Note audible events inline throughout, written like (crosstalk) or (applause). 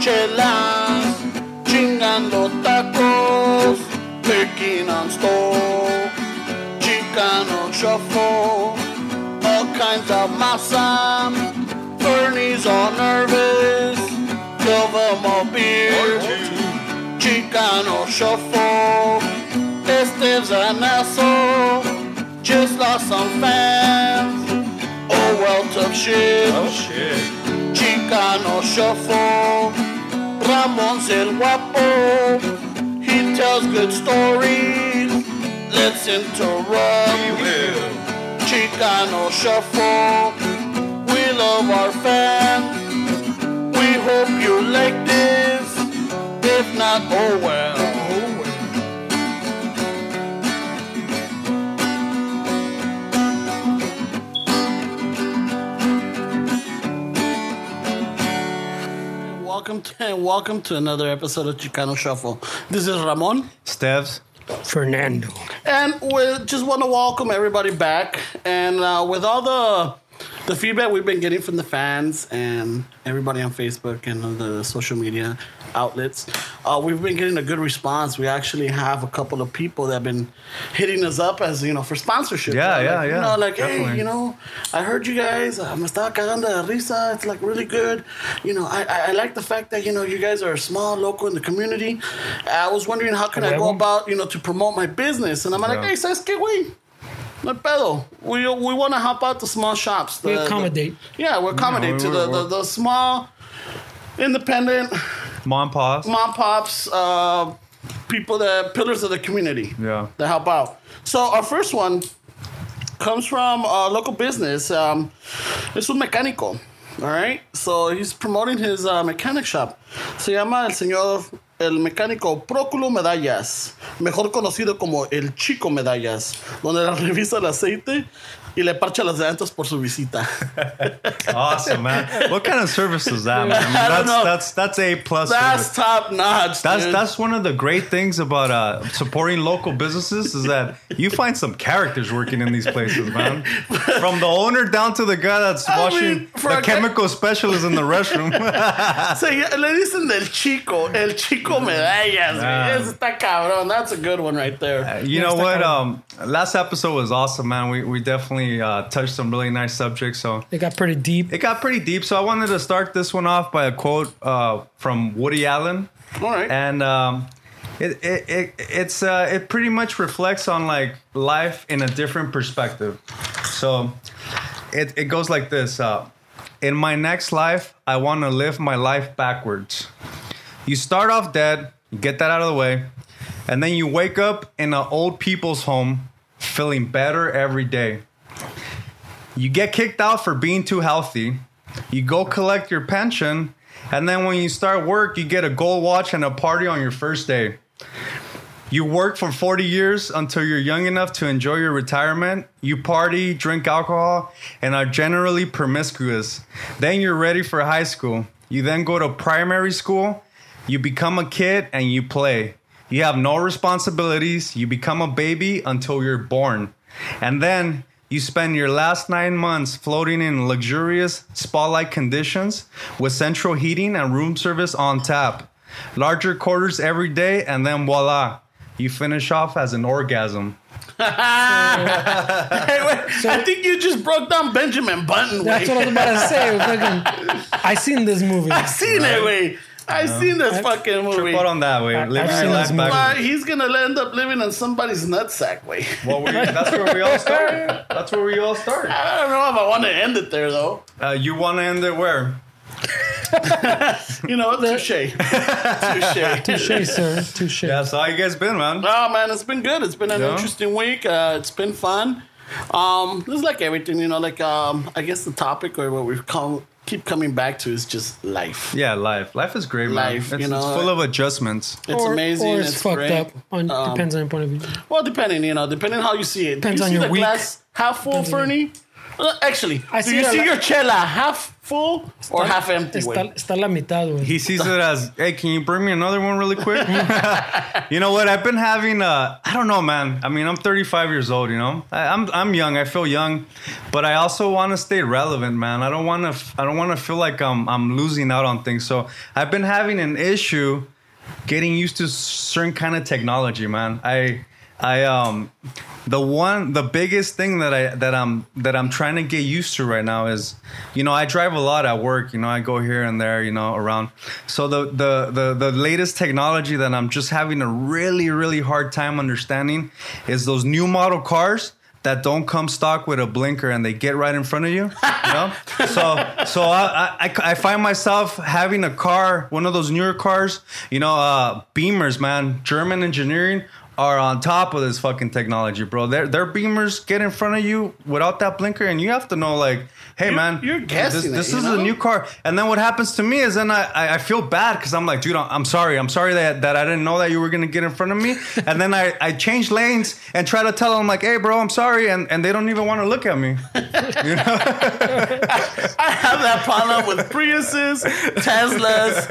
chelas, chingando tacos, picking on stove, chicano shuffle, all kinds of masa. Bernie's all nervous, give him a beer, chicano shuffle. Esteves an asshole, just lost some fans. Oh well, tough shit. shit. Chicano Shuffle. Ramon's el Guapo. He tells good stories. Let's interrupt. Chicano Shuffle. We love our fans. We hope you like this. If not, oh well. Welcome to welcome to another episode of Chicano Shuffle. This is Ramon. Steves. Fernando. And we just want to welcome everybody back. And uh, with all the the feedback we've been getting from the fans and everybody on Facebook and on the social media outlets, uh, we've been getting a good response. We actually have a couple of people that have been hitting us up as you know for sponsorship. Yeah, Like, yeah, You yeah, know, like hey, definitely. you know, I heard you guys. Uh, me estaba cagando de risa. It's like really good. You know, I, I I like the fact that you know you guys are small, local in the community. I was wondering how can I go Huevo. about you know to promote my business, and I'm like, Yeah. hey, ¿sabes qué, güey? No hay pedo. We, we want to help out the small shops. The, We accommodate. the- yeah, we accommodate we- to the, we- the, the small, independent, Mom Paws. mom pops, uh, people that pillars of the community. Yeah. That help out. So our first one comes from a local business. Um, es un mecánico. All right. So he's promoting his uh, mechanic shop. Se llama el señor el mecánico Próculo Medallas, mejor conocido como el Chico Medallas, donde le (laughs) revisa el aceite y le parcha las llantas por su (laughs) visita. Awesome, man. What kind of service is that, man? I (laughs) mean, I don't that's, know. that's that's a plus. service. That's top notch. That's dude. that's one of the great things about uh, supporting local businesses is that you find some characters working in these places, man. From the owner down to the guy that's I washing mean, for a the guy- chemical specialist in the restroom. (laughs) Se- le dicen del chico, el chico medallas, güey. Mm. Ah. Ese está cabrón. That's a good one right there. you know what? Um, last episode was awesome, man. We we definitely uh, touched some really nice subjects. So They got pretty deep. it got pretty deep. So I wanted to start this one off by a quote uh, from Woody Allen. All right. and um, it, it, it it's uh, it pretty much reflects on like life in a different perspective. So it, it goes like this: uh, In my next life, I want to live my life backwards. You start off dead, you get that out of the way, and then you wake up in an old people's home, feeling better every day. You get kicked out for being too healthy. You go collect your pension, and then when you start work, you get a gold watch and a party on your first day. You work for 40 years until you're young enough to enjoy your retirement. You party, drink alcohol, and are generally promiscuous. Then you're ready for high school. You then go to primary school, you become a kid, and you play. You have no responsibilities. You become a baby until you're born. And then you spend your last nine months floating in luxurious spa like conditions with central heating and room service on tap larger quarters every day, and then voila, you finish off as an orgasm. Hey, wait, I think you just broke down Benjamin Button. That's what I Way. was about to say. Fucking, I seen this movie. I seen it. Way. I Uh-huh. seen this fucking movie. Put on that way, living I've your seen life this Uh, back. he's gonna end up living on somebody's nutsack. Way. Well, we, that's where we (laughs) all start. That's where we all start. I don't know if I want to end it there though. Uh, you want to end it where? You know, (laughs) touche, touche, Touche, sir. Touche. That's how you guys been, man. Oh man, it's been good. It's been an Yeah. interesting week. Uh, it's been fun. Um, it's like everything, you know. Like um, I guess the topic or what we come keep coming back to is just life. Yeah, life. Life is great, man. Life, it's, you know, it's full of adjustments. It's or, amazing. Or it's it's, fucked great. up. On, Um, depends on your point of view. Well, depending, you know, depending how you see it. Depends you on see your the week. glass half full, Depends on Fernie, Uh, Actually, I do see you it a see lot. your chela half full or half empty? Está, güey? está la mitad, güey. He sees it as, hey, can you bring me another one really quick? (laughs) you know what? I've been having, uh, I don't know, man. I mean, I'm 35 years old, you know? I, I'm, I'm young. I feel young. But I also want to stay relevant, man. I don't want to, f- I don't want to feel like I'm, I'm losing out on things. So I've been having an issue getting used to certain kind of technology, man. I, I um the one the biggest thing that I that I'm that I'm trying to get used to right now is you know I drive a lot at work you know I go here and there you know around so the the the, the latest technology that I'm just having a really really hard time understanding is those new model cars that don't come stock with a blinker and they get right in front of you. you know? so so I, I, I find myself having a car, one of those newer cars, you know, uh, Beamers, man, German engineering are on top of this fucking technology, bro. Their their Beamers get in front of you without that blinker, and you have to know like, hey man, you're guessing This, it, this you is know? a new car, and then what happens to me is then I I, I feel bad because I'm like, dude, I'm, I'm sorry, I'm sorry that that I didn't know that you were gonna get in front (laughs) of me, and then I I change lanes and try to tell them like, hey bro, I'm sorry, and and they don't even want to look (laughs) at me. I have that problem with Priuses, (laughs) Teslas,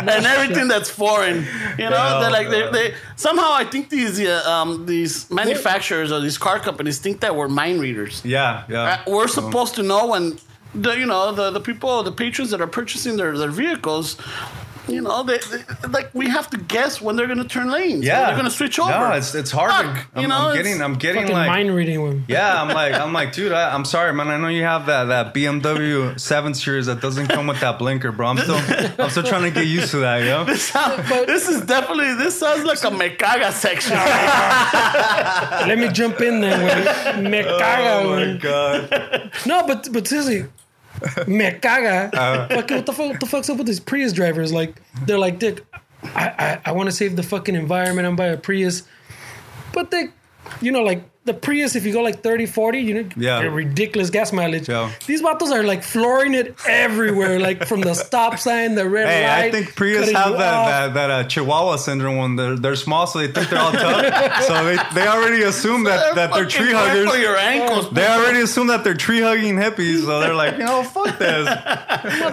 and everything that's foreign. You know, Yeah. they're like they, they somehow I think these uh, um, these manufacturers or these car companies think that we're mind readers. Yeah, Uh-huh. yeah. Uh, we're So- supposed to know when the you know the, the people the patrons that are purchasing their, their vehicles you know they, they like we have to guess when they're going to turn lanes when Yeah, they're going to switch over No, it's it's hard. to- Fuck, I'm, you know I'm it's- getting I'm getting Fucking like mind reading, güey. (laughs) Yeah, I'm like, I'm like, dude, I, I'm sorry, man. I know you have that that BMW 7 Series that doesn't come with that blinker, bro. I'm still, I'm still trying to get used to that, (laughs) yo. this is definitely this sounds like a me caga (laughs) section Let me jump in there, güey. Me caga, Oh my güey. god. No, but but seriously, me caga. Ah. Fucking what the fuck? What the fuck's up with these Prius drivers? Like they're like, Dick, I I, I want to save the fucking environment. I'm by a Prius, but they, you know, like the Prius, if you go like 30, 40, you know, Yeah. they're ridiculous gas mileage. Yeah. These vatos are like flooring it everywhere, like from the stop sign, the red Hey, light. I think Prius cutting have you that off. that, that uh, Chihuahua syndrome when they're they're small, so they think they're all tough. so they, they already assume that that they're Fucking tree grapple huggers. your ankles They already assume that they're tree hugging hippies, so they're like, you know, fuck this.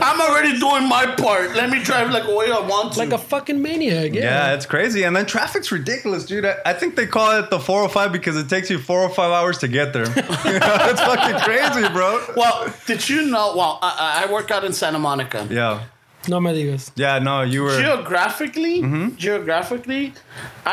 i'm already doing my part let me drive like the way i want to Like a fucking maniac. Yeah. Yeah, it's crazy. And then traffic's ridiculous, dude. I, I think they call it the 405 because it takes you four or five hours to get there. (laughs) You know, it's fucking crazy, bro. well did you know well i, I- I work out in santa monica Yeah. No me digas. Yeah, no, you were. geographically Mm-hmm. geographically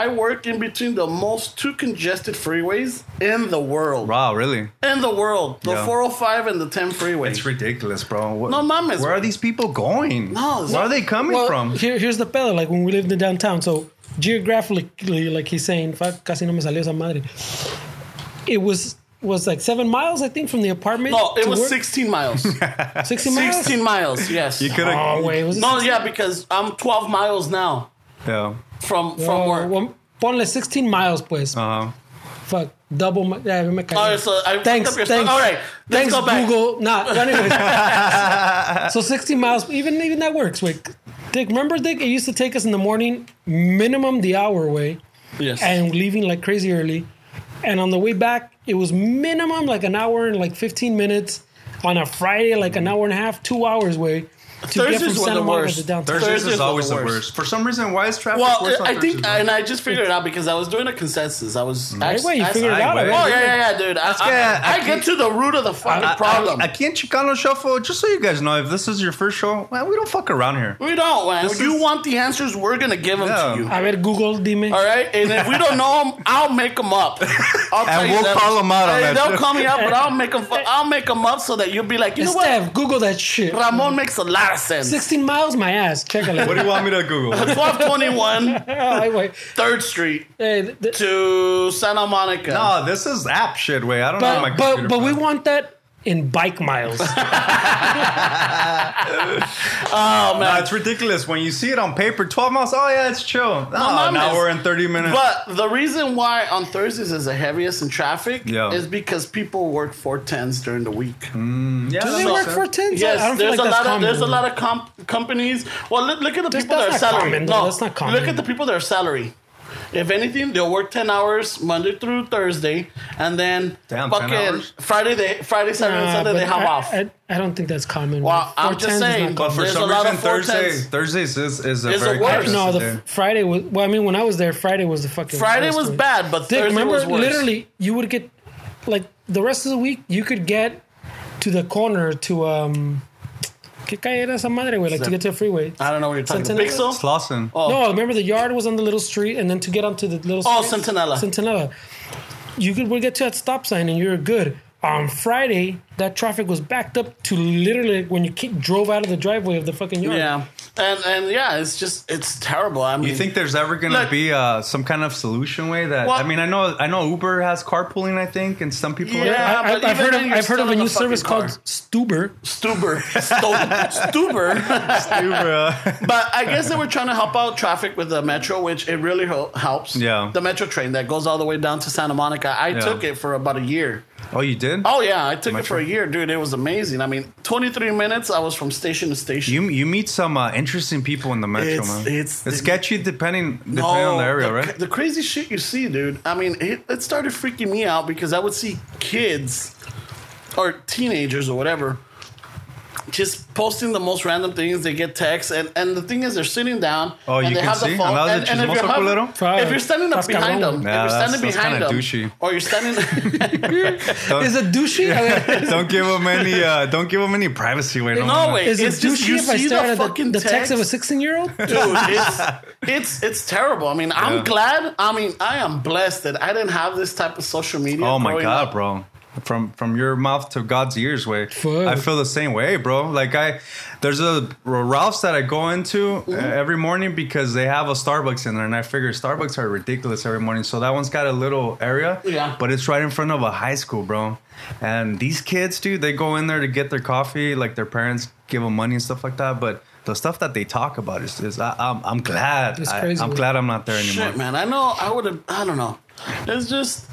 i work in between the most two congested freeways in the world Wow, really? in the world the Yeah. 405 and the 10 freeway It's ridiculous, bro. What, No mames. Where are these people going? No, it's Where not- are they coming Well, from? Here, here's the pedal. Like when we lived in downtown, so geographically, like he's saying, fuck, casi no me salió esa madre. It was was like seven miles, I think, from the apartment. no it to was work. 16 (laughs) miles 16 miles. 16 miles yes You could have. Oh wait, was it? no yeah because i'm 12 miles now Yeah. from from Oh, work well, ponle 16 miles, pues. Uh, Fuck, double. Mi- yeah, me caí. all right so i thanks, fucked up your thanks. all right let's thanks, go back Google. Nah, (laughs) anyways. so 16 miles, even even that works. Wait, Dick, remember, Dick, it used to take us in the morning, minimum the hour way. yes and leaving like crazy early. And on the way back, it was minimum like an hour and like 15 minutes. On a Friday, like an hour and a half, two hours way to Thursdays get from were Santa the Monica worst. to downtown. Thursdays, Thursdays were is the always the worst. worst. For some reason, why is traffic worse well, on I think, Thursdays, bro? and I just figured it out because I was doing a consensus. I was. ask- way, you ask- figured it out Oh already. yeah, yeah, yeah, dude. I, I, Yeah, I I get to the root of the fucking I- I- problem. Aquí en Chicano Shuffle, just so you guys know, if this is your first show, well, we don't fuck around here. we don't, man. This you is- want the answers? We're gonna give them Yeah. to you. A ver, Google, dime. All right, and if we don't know them, I'll make them up. (laughs) I'll tell you we'll that. call 'em out on Hey, that They'll shit. call me out, but I'll make them. I'll make 'em up so that you'll be like, you know what? Steph, Google that shit. Ramon makes a lot of sense. 16 miles, my ass. Check it What out. do you want me to (laughs) Google? 1221 (laughs) Ay, güey. Eh, 3rd Street Hey, th- th- to Santa Monica. No, Oh, this is app shit, way. I don't know. how My but but, computer but we functions. want that in bike (laughs) miles. Oh, Uh, man. it's ridiculous when you see it on paper. Twelve miles. Oh yeah, it's chill. Oh, mom now is- we're in thirty minutes. But the reason why on Thursdays is the heaviest in traffic Yeah. Mm. is because people work 410s during the week. yeah, Do they So- work for 10? I Yes, don't feel there's like a that's lot of common, there's a güey. lot of comp- companies. Well, look, look at the people that are that's not salary. common, though. no, That's not Look common. at the people that are salary. If anything, they'll work ten hours Monday through Thursday, and then Damn, 10 fucking hours? Friday, they Friday, Saturday, Uh, and Sunday but they have I, off. I, I don't think that's common. Well, I'm 410 just is not saying, common. But for There's some a lot reason, of four Thursday, tens. Thursdays is, is a It's very the worst. conscious No, the day. f- Friday was. Well, I mean, when I was there, Friday was the fucking. Friday worst was week. bad, but Dick, Thursday remember, was worse. literally, you would get like the rest of the week. You could get to the corner to um. ¿Qué calle era esa madre, güey? Like to get to a freeway. I don't know what you're talking about. Centennial? Pixel? It's Lawson. Oh, No, remember the yard was on the little street, and then to get onto the little. Oh, street- Centinela. Centinela. You could would get to that stop sign, and you're good. On Friday, that traffic was backed up to literally when you ki- drove out of the driveway of the fucking yard. Yeah, and and yeah, it's just it's terrible. I mean, you think there's ever gonna Look- be uh, some kind of solution way that? Well- I mean, I know, I know Uber has carpooling, I think, and some people. Yeah. I, but I, even I've heard of, then, you're I've still heard of a in the new service fucking called Stuber. Stuber, Sto- Stuber. (laughs) Uber. But I guess they were trying to help out traffic with the metro, which it really hel- helps. Yeah. the metro train that goes all the way down to Santa Monica. I took it for about a year. oh, you did? Oh yeah, I took it for Metro. a year, dude. It was amazing. I mean, 23 minutes. I was from station to station. You you meet some uh, interesting people in the metro, It's- man. it's- sketchy depending depending Oh, on the area, (laughs) right? The crazy shit you see, dude. I mean, it, it started freaking me out because I would see kids or teenagers or whatever just posting the most random things. They get texts, and, and the thing is, they're sitting down. Oh, and you they can have see? the phone. Another And, and if, chismoso you're having- culero? if you're standing up That's behind cabrón. them, Yeah, if you're standing that's- that's behind kinda them, douchey. or you're (laughs) standing. Is it douchey? don't give them any. Uh, don't give them any privacy. Wait, no way. Is it it's just douchey you if I see stare the at the, fucking the text of a text. Ah, 16 (laughs) year old? dude it's, it's it's terrible i mean i'm Yeah. glad i mean i am blessed that i didn't have this type of social media Oh my growing god, up. bro. From from your mouth to God's ears, way. Fuck. I feel the same way, bro. Like I, there's a Ralph's that I go into uh, every morning because they have a Starbucks in there, and I figure Starbucks are ridiculous every morning. So that one's got a little area, Yeah. but it's right in front of a high school, bro. And these kids, dude, they go in there to get their coffee, like their parents give them money and stuff like that. But the stuff that they talk about is, is I, I'm, I'm glad, It's I, crazy, I'm bro. glad I'm not there anymore. shit man i know i would have i don't know it's just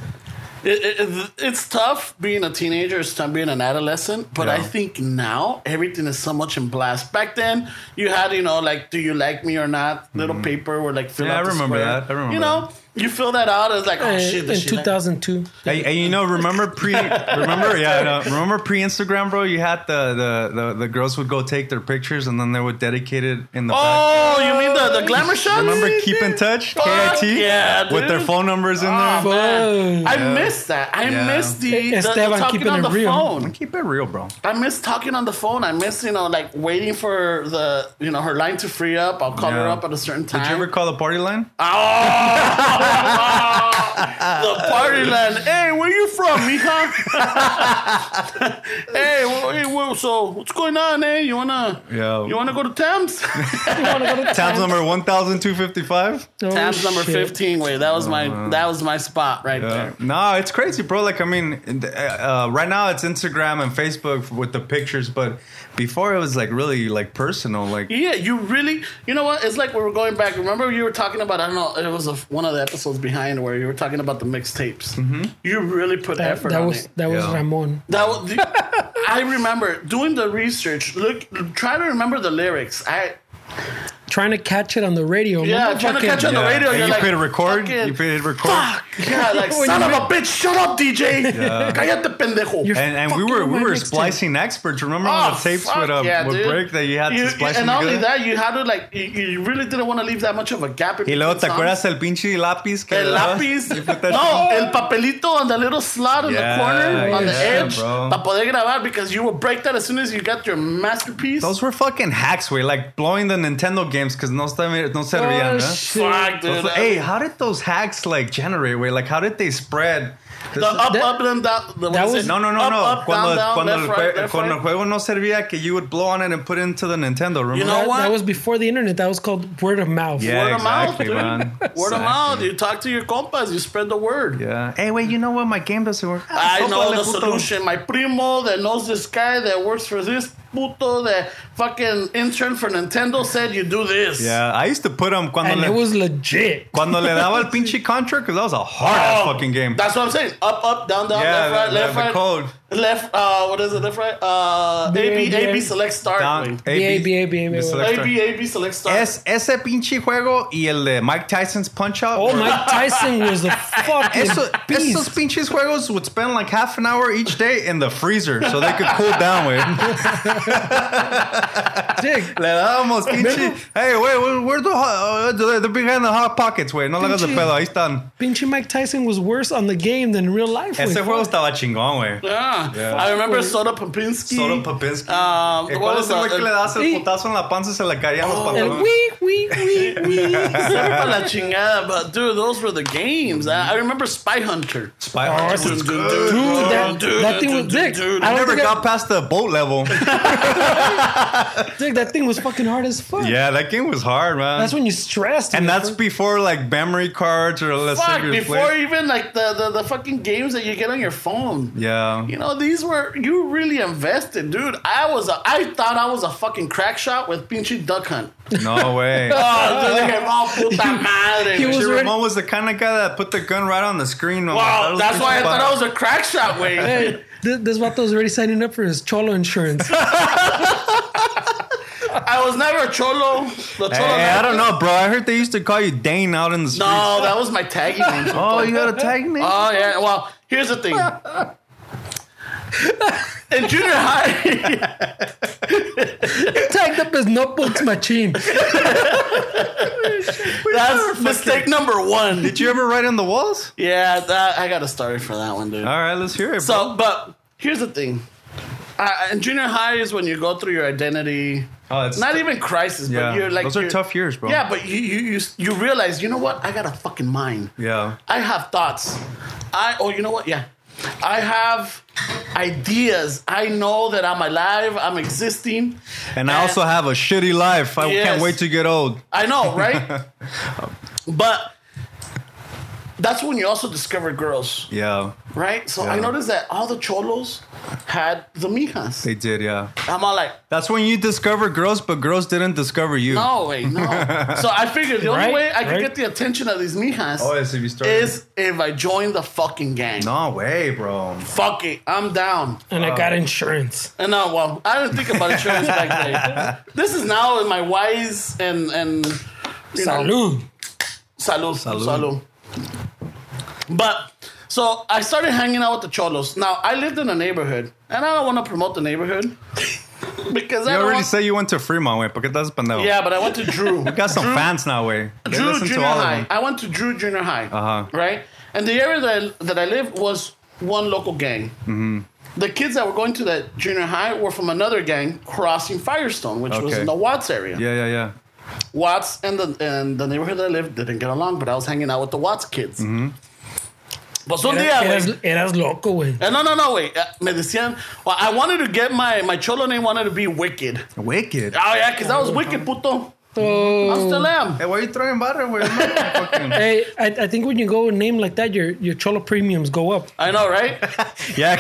it, it- it, it's tough being a teenager it's tough being an adolescent but i Yeah. think now everything is so much in blast back then you had you know like do you like me or not little paper where like fill Mm-hmm. Yeah, out I the remember square. that. I remember you know you fill that out it's like oh shit Eh, in this shit 2002. And, and you know, remember pre, remember yeah, I know. remember pre Instagram, bro. You had the, the the the girls would go take their pictures and then they would dedicate it in the back. oh you mean the, the glamour Oh, shots Remember keep in touch Fuck KIT yeah, with their dude. phone numbers in Oh, there. man. Fuck. I Yeah. miss that. I Yeah. miss the, the, the Esteban talking keeping on it the real. phone. Keep it real, bro. I miss talking on the phone. I miss you know like waiting for the you know her line to free up. I'll call her Yeah. up at a certain time. Did you ever call the party line? the party (laughs) line? Hey, where you from, mija? (laughs) hey, wha- hey, wha- so what's going on? Hey, you wanna Yeah. Oh, you wanna go to (laughs) Thames? Tabs number one thousand two fifty five. Oh, Thames number shit. fifteen. Wait, that was Uh-huh. my that was my spot right there. No, Uh, it's crazy, bro. Like, I mean, uh, uh, right now it's Instagram and Facebook with the pictures, but before it was like really like personal. Like, Yeah, you really. You know what? It's like we were going back. Remember, you were talking about. I don't know. It was a, one of the episodes behind where you were talking about the mixtapes. Mm-hmm. You really put That, effort that on was it. that was Yeah. Ramon. That was. The, I remember doing the research. Look, try to remember the lyrics. I Trying to catch it on the radio. yeah, Motherfucking- trying to catch on the Yeah. radio. And you're you like, hit record. fucking- You hit record. Fuck. (laughs) Yeah, like When son you of a bitch, shut up, DJ. (laughs) Cállate, pendejo. You're And, and we fucking were with we my were mixtape. splicing experts. Remember Oh, all the tapes fuck with um, yeah, with dude. break that you had You- to splice and them not only together. that, you had to like you, you really didn't want to leave that much of a gap. in y luego between te songs. acuerdas el pinche lápiz que El le dabas? (laughs) lápiz. You put that No, shit- el papelito on the little slot in Yeah, the corner, on the yeah, edge, bro. para poder grabar because you will break that as soon as you got your masterpiece. Those were fucking hacks, way like blowing the Nintendo games because no, se- no Oh, servían, ¿eh? shit. Fuck, Those- dude. hey, how did those hacks like generate? Way like how did they spread? This the is- up, that- up, and down. The, that what is was- it? no, no, no, up, no. Up, cuando down, down, cuando, left, el, right, jue- left, cuando el right. juego no servía, que you would blow on it and put it into the Nintendo. Remember? know That, what? that was before the internet. That was called word of mouth. Yeah, Word of mouth, exactly, dude. man. (laughs) Word of Exactly. mouth. You talk to your compas. You spread the word. Yeah. Hey, wait, you know what? My game doesn't work. I know Sóplale, the puto. solution. My primo that knows this guy that works for this puto the fucking intern for Nintendo said you do this. Yeah, I used to put him cuando and le, it was legit. cuando le (laughs) daba el pinche contract because that was a hard ass Oh, fucking game. That's what I'm saying. Up, up, down, down, Yeah, left, right, the- left, the right. code. Left, uh, what is it? Left, right. Uh, Yeah, AB, yeah. AB, select start. Down, Down. B, A, B, A, B, the A. select start. AB, AB, select start. Es, ese pinche juego y el de Mike Tyson's Punch Out. Oh, Mike Tyson was a fucking Eso, beast. esos pinches juegos would spend like half an hour each day in the freezer so they could cool down, (laughs) güey. dick. Le dábamos pinche. Hey, güey, where- where's the hot? Uh, they're behind the hot pockets, güey. No le hagas de Pinche- pedo, ahí están. Pinche Mike Tyson was worse on the game than real life. Ese güey. juego estaba chingón, güey. Yeah. Yeah. I remember Soda Popinski. Solo Papinski. Um, ¿Y what Ah, ¿Cuál was es el Oh, the- güey que le das el Sí. putazo en la panza y se le caían los El pantalones? wee, wee, (laughs) wee, wee. Sorry for uh, la chingada, but dude, those were the games. I, I remember Spy Hunter. Spy Oh, Hunter ese was Dude, good. Dude, that- dude, that thing dude, was dude, dick. dude. I I don't never think got past the boat level. (laughs) Dude, that thing was fucking hard as fuck. yeah, that game was hard, man. That's when you stressed. and man. that's before like memory cards or let's Fuck, say before even like the, the, the fucking games that you get on your phone. Yeah. You know, these were you really invested, dude. I was a, I thought I was a fucking crack shot with pinche duck (laughs) hunt. (laughs) No way. Oh, dude, they get all puta madre. he was- Your already- mom was the kind of guy that put the gun right on the screen. when wow, my that's why I daughter thought I was was a crack shot, way. Hey, th- this Vato's already signing up for his (laughs) cholo insurance. I was never a cholo. The cholo Hey, Eh, I don't know, bro. I heard they used to call you Dane out in the street. No, that was my tagging name. (laughs) Oh, (laughs) you got a tag name? Oh yeah. Well, here's the thing. In junior (laughs) high, Tagged up as notebooks machine. that's mistake number one. Did you ever write on the walls? Yeah, that, I got a story for that one, dude. All right, let's hear it. bro. So, but here's the thing. Uh, in junior high is when you go through your identity. Oh, it's- not even crisis, Yeah. but you're like Those are you're- tough years, bro. Yeah, but you, you you you realize, you know what? I got a fucking mind. yeah. I have thoughts. I oh, you know what? Yeah, I have ideas. I know that I'm alive. I'm existing. And I also have a shitty life. I uh, Yes. can't wait to get old. I know, (laughs) right? but that's when you also discover girls, Yeah, right? So I Yeah. noticed that all the cholos had the mijas. they did. Yeah. I'm all like, That's when you discover girls, but girls didn't discover you. no way, (laughs) no. so I figured the only Right, way I could right. get the attention of these mijas Oh, yes, if you start. is if I join the fucking gang. No way, bro. Fuck it, I'm down. And I got insurance. And no, well, I didn't think about insurance back then. This is now in my wise and and you know, Salud. Salud. Salud. Salud. But so I started hanging out with the cholos. Now I lived in a neighborhood, and I don't want to promote the neighborhood (laughs) because I You don't already want- say you went to Fremont, way, porque estás pendejo. yeah. But I went to Drew. You got some fans now, way. They Drew listen Junior to all of High. them. I went to Drew Junior High. Uh-huh. Right, and the area that I, that I lived was one local gang. Mm-hmm. The kids that were going to that junior high were from another gang crossing Firestone, which was Okay. in the Watts area. Yeah, yeah, yeah. Watts and the and the neighborhood that I lived didn't get along, but I was hanging out with the Watts kids. Mm-hmm. But so Eras, yeah, eras, eras loco, güey. Uh, no, no, no, wait. Uh, me decían, well, I wanted to get my, my cholo name wanted to be Wicked. Wicked. Oh, yeah, because I was wicked, puto. I still am. Hey, why you throwing butter? Where fucking... Oh. Hey, I, I think when you go with a name like that, your your cholo premiums go up. I know, right? (laughs) (laughs) Yeah,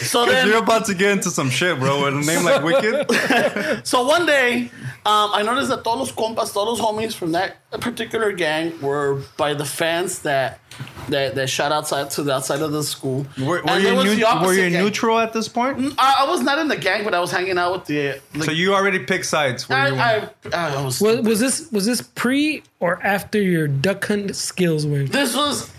So you're then, about to get into some shit, bro. With a name like Wicked. so one day, um, I noticed that todos los compas, todos los homies from that particular gang were by the fans that that, that shot outside to the outside of the school. Were, were And it you, was the neut- were opposite Mm. you gang. neutral at this point? I, I was not in the gang, but I was hanging out with the. the So you already picked sides. Were you I, I, I was. Was, was this was this pre or after your duck hunt skills, güey? this was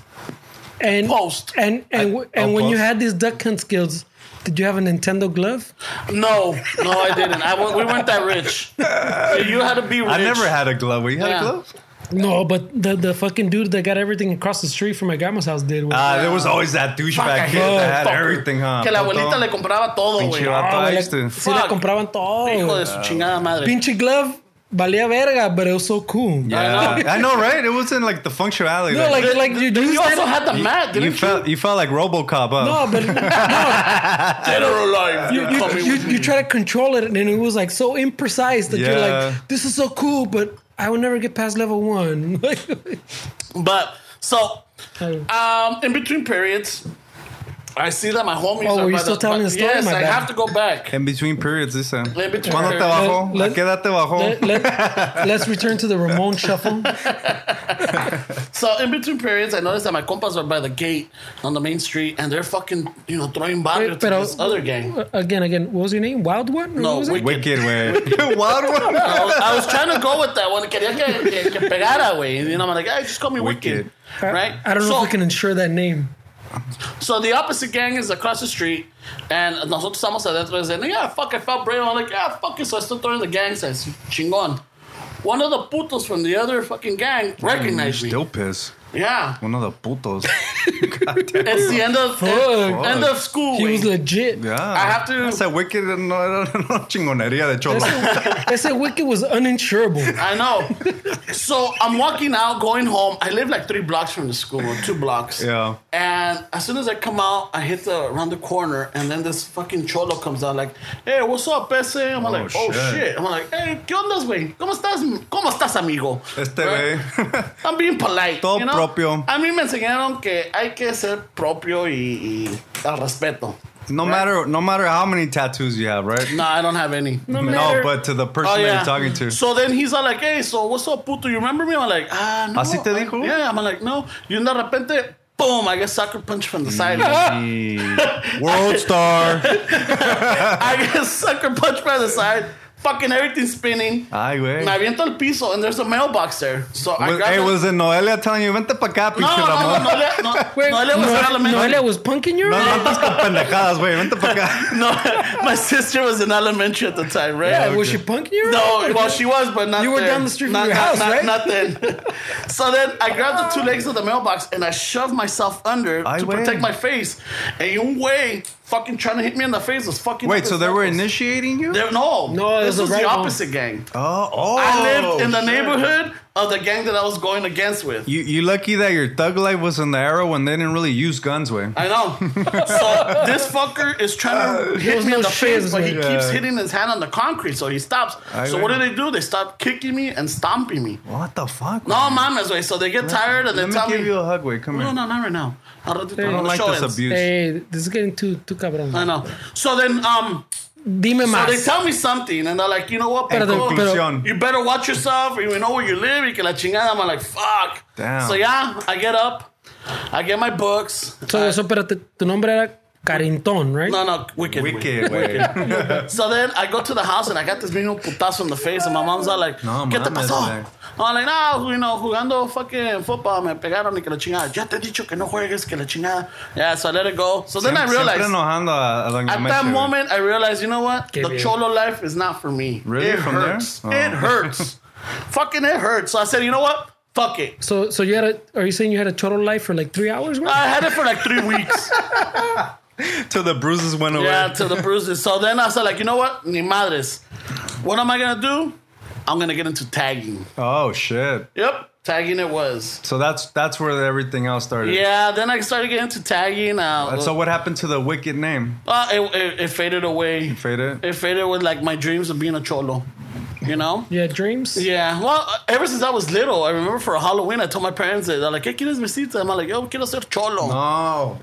and Post. and and, w oh, and when you post. had these duck hunt skills did you have a nintendo glove no, no, I didn't. I wa- we weren't that rich. So you had to be rich. I never had a glove. You had Yeah. a glove? no but the the fucking dude that got everything across the street from my grandma's house did Ah, was Uh, there was always that douchebag kid that had Fucker. everything, huh? Que la abuelita Puto. le compraba todo, güey. Pinche Oh, vato, I used to- si la fuck. compraban todo Hijo de güey. su chingada madre. pinche glove valía verga but it was so cool I Yeah. I know, right? It was in like the functionality. no that- like like you you used also had that- the mat, didn't you you? felt you felt like RoboCop, oh. huh? (laughs) no but no Dead or alive. you, you, coming you, with you me. try to control it and it was like so imprecise that you're Yeah. like this is so cool but I will never get past level one. (laughs) But so I um, in between periods, I see that my homies. Oh, are were you by still telling by- the story? Yes, My I bad. have to go back. En between periods, dice. En between ¿Cuándo te periods. bajó? Let- ¿A qué edad te bajó? Let, us return to the Ramon shuffle. (laughs) So in between periods, I noticed that my compas are by the gate on the main street, and they're fucking you know throwing barrio Wait, to pero- this other gang. Again, again. What was your name? Wild One? Or No, what was (laughs) it? Wicked. Wicked, (laughs) güey. Wild (laughs) one. I was, I was trying to go with that one. Quería que, que, que pegara, güey. You know, I'm like, hey, just call me Wicked. Right? I don't know so, if we can ensure that name. So the opposite gang is across the street, and nosotros estamos adentro. And saying, yeah, fuck, I felt brave. I'm like, yeah, fuck it. So I still throwing the gang signs. Chingon. One of the putos from the other fucking gang recognized me. Still piss. Yeah. Uno de putos. It's the end of Fuck. end of school. He güey. was legit. Yeah. (laughs) I have to- Esa wicked no era una chingonería de cholo. I said Wicked was uninsurable. I (laughs) know. so I'm walking out, going home. I live like three blocks from the school, or two blocks. Yeah. And as soon as I come out, I hit the around the corner, and then this fucking cholo comes out like, "Hey, what's up, Pese?" I'm like, "Oh shit. shit. I'm like, "Hey, qué ondas, güey? ¿Cómo estás? ¿Cómo estás, amigo?" Este Right? güey. I'm being polite. Todo you know? propio. A mí me enseñaron que hay que ser propio y, y al respeto. (laughs) No matter no matter how many tattoos you have, right? (laughs) No, I don't have any. No, but to the person Oh, that yeah. you're talking to. So then he's all like, hey, so what's up, puto? You remember me? I'm like, ah, no. ¿Así te I- dijo? yeah, I'm like, no. Y de repente, boom, I get sucker punched from the side. (laughs) Mm. World star. I get sucker punched by the side. Fucking everything spinning. Ay, güey. Me aviento al piso, and there's a mailbox there. So I Was, grab hey, it. was it Noelia telling you, vente pa' acá, no, pinche no, no, Ramón? no, Noelia- no, Wait, Noelia was in Noel- elementary. Noelia was punking you? No, no, antes con pendejadas, güey, vente pa' acá. No, my sister was in elementary at the time, right? Yeah, was she punking you? No, (laughs) well, she was, but not. You were then. down the street from not, your not- house, not- right? Not (laughs) then. so then I grabbed the two legs of the mailbox and I shoved myself under Ay, to güey. protect my face. And un way fucking trying to hit me in the face was fucking. Wait, up so his they were knuckles. initiating you? They're- no, No, it This was a was the rival. opposite gang. Oh, oh. I lived in the shit. neighborhood of the gang that I was going against with. You, you lucky that your thug life was in the era when they didn't really use guns, güey. I (laughs) know. so this fucker is trying to hit was me in Uh, no the face, shiz, but he man. keeps Yeah. hitting his hand on the concrete, so he stops. Ay, so what güey. do they do? They stop kicking me and stomping me. What the fuck? No, güey? mames, way. So they get tired and they Let me tell give me. you a hug, wait. Come No, here. no, not right now. I'll do I don't like this abuse. Hey, this is getting too too cabrón. I know. So then, um, Dime so más. they tell me something, and they're like, you know what, Pero- Paco? pero- Conclusión. you better watch yourself. You know where you live. You can la chingada. I'm like, fuck. Damn. So yeah, I get up, I get my books. so, so, espérate, tu nombre era Carintón, right? No, no, wicked. Wicked, güey. So then I go to the house and I got this mino putazo in the face, and my mom's all like, No, ¿Qué te mames, pasó? güey. I'm like, no, you know, jugando fucking football, me pegaron y que la chingada. Ya te he dicho que no juegues, que la chingada. Yeah, so I let it go. So then I Siempre realized. enojando a, a Doña At Meche, that güey. moment, I realized, you know what? Qué the bien. cholo life is not for me. Really? It From there? hurts. Oh. It (laughs) hurts. Fucking it hurts. So I said, you know what? Fuck it. So, so you had a? Are you saying you had a total life for like three hours? bro? I had it for like three (laughs) weeks. Till the bruises went away. yeah, to the bruises. So then I said, like, you know what? Ni madres. What am I gonna do? I'm gonna get into tagging. Oh, shit. Yep, tagging it was. So that's that's where everything else started. Yeah, then I started getting into tagging. Uh, And so what happened to the wicked name? uh, it, it, it faded away. Faded? It faded with like my dreams of being a cholo. You know? You had dreams. Yeah, well, uh, ever since I was little, I remember for Halloween, I told my parents that they're like, "Hey, quieres visita?" I'm like, "Yo, quiero ser cholo." No,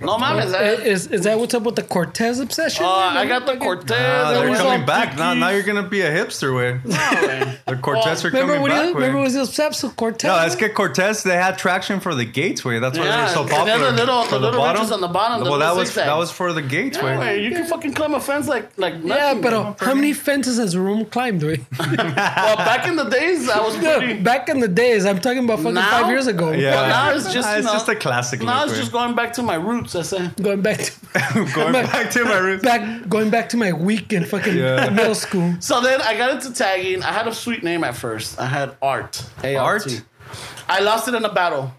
Oh. mames. I, Eh, Is, is that what's up with the Cortez obsession? uh, man? I got the Cortez. Ah, I they're was coming all back. Now, now cookies. you're going to be a hipster, way. No, man. The Cortez are Remember coming when? back, He, remember güey. was obsessed with Cortez? No, let's get Cortez. They had traction for the gateway. That's why Yeah, they're so and then the popular. little- for the little ridges on the bottom, the Well, that little was zigzags. that was for the No, gateway. man, you can fucking climb a fence like like Yeah, nothing. but man. how many fences has Room climbed? (laughs) Right? well, back in the days, I (laughs) was pretty. (laughs) Back in the days, I'm talking about fucking Now? five years ago. Yeah. Well, now it's just (laughs) Ah, you it's know, just a classic Now look, it's güey. just going back to my roots. I say. (laughs) Going back (laughs) to Going back to my roots. back going back to my week in fucking Yeah. middle school. So then I got into tagging. I had a sweet name at first. I had Art. A-R-T. (laughs) Art? I lost it in a battle.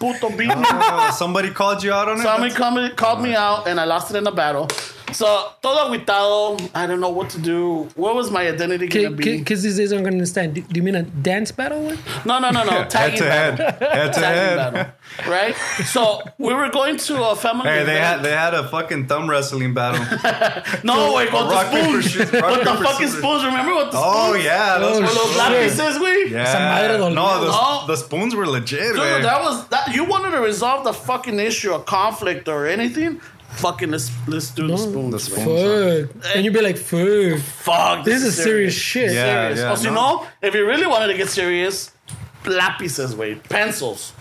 Puto beat me. Oh, somebody called you out on it. Tommy come, called me out and I lost it in a battle. So, todo aguitado. I don't know what to do. What was my identity going to be? Because these days I'm gonna understand. Do, do you mean a dance battle? One? No, no, no, no. (laughs) head Tagging to head, battle. (laughs) head to Tagging head. battle. Right? So, we were going to a family (laughs) Hey, they had event. they had a fucking thumb wrestling (laughs) battle. no, wait, with the rock, paper, spoons. scissors, With rock, the paper, fucking scissors. spoons. Remember what the Oh spoons? yeah, those Oh, were With shit. Los lápices, güey? Esa madre Yeah. dolió. No, the, No. the spoons were legit. Dude, man. that was that. You wanted to resolve the fucking issue, a conflict or anything. fucking let's let's do the spoons. The man. spoon. Fuck. And you'd be like, fuck. Fuck, This is serious shit. Yeah. Serious. yeah, Also, Oh, you no. know, if you really wanted to get serious, lapices, wait, pencils.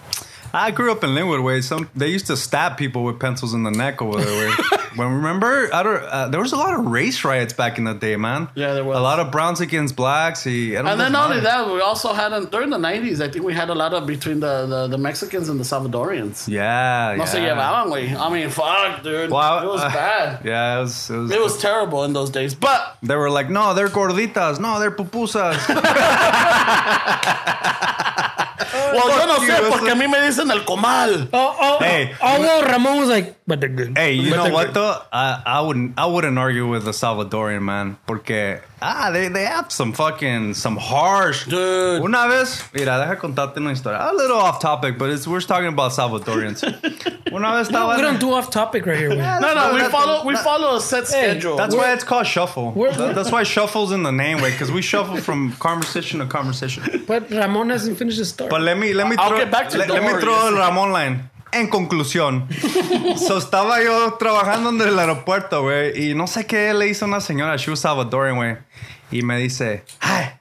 I grew up in Linwood way. Some they used to stab people with pencils in the neck over there. (laughs) Way. when remember, I don't, uh, there was a lot of race riots back in the day, man. Yeah, there was. a lot of browns against blacks. He, I don't And know then if not only mine- that, we also had a, during the nineties. I think we had a lot of between the, the, the Mexicans and the Salvadorians. Yeah, No yeah. se llevaban, güey. I mean, fuck, dude. Wow, (laughs) it was uh, bad. Yeah, it was. It was, It was terrible in those days. But They were like, no, they're gorditas. No, they're pupusas. well, yo no fuck you, sé, it's porque a mí me dicen el comal. Oh, oh, Hey. although Ramon was like, but they're good. hey, you But know they're what good. though? I, I wouldn't. I wouldn't argue with the Salvadorian man, porque ah, they, they have some fucking some harsh. Dude. Una vez, mira, deja contarte una historia. A little off topic, but it's we're talking (laughs) about Salvadorians. una vez estaba. We en- don't do off topic right here. (laughs) man. No, no, we That's- follow we follow a set schedule. That's We're- why it's called shuffle. we're- That- That's why shuffle's in the name, way, because we shuffle from conversation to conversation. But Ramon hasn't finished his story. But Pues let me let me I'll throw, get back to let, the let me Warriors. throw el Ramón line. En (laughs) conclusión, so estaba yo trabajando en el aeropuerto, güey, y no sé qué le hizo una señora, she was Salvadorian, güey, y me dice, ay,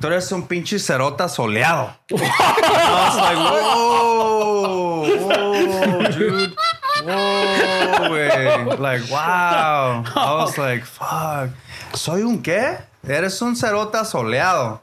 tú eres un pinche cerota soleado. I was like, whoa, whoa, dude. Whoa, güey. Like, wow. I was like, fuck. ¿Soy un qué? Eres un cerota soleado.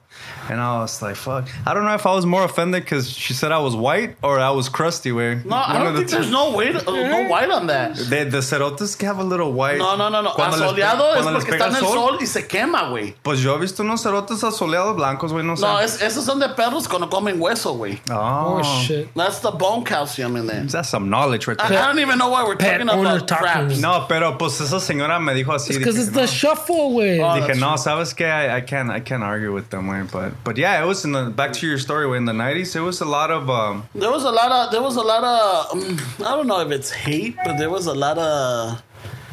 And I was like, fuck. I don't know if I was more offended because she said I was white or I was crusty, güey. no, I don't think there's no weight, uh, no white on that. The, the cerotes que have a little white. No, no, no, no. Cuando les pe- Asoleado es cuando les porque pega está en el sol y se quema, güey. Pues yo he visto unos cerotes asoleados blancos, güey, no sé. No, es, esos son de perros cuando comen hueso, güey. Oh, oh, shit. That's the bone calcium in there. That's some knowledge right I, I there. don't even know why we're Pet talking owner about crap. tacos. No, pero pues esa señora me dijo así. Because dije, it's "No". the shuffle way. Oh, Dije, that's no, sabes que I, I can't I can't argue with them, way, but but yeah, it was in the back to your story way in the nineties. It was a lot of um, There was a lot of there was a lot of um, I don't know if it's hate, but there was a lot of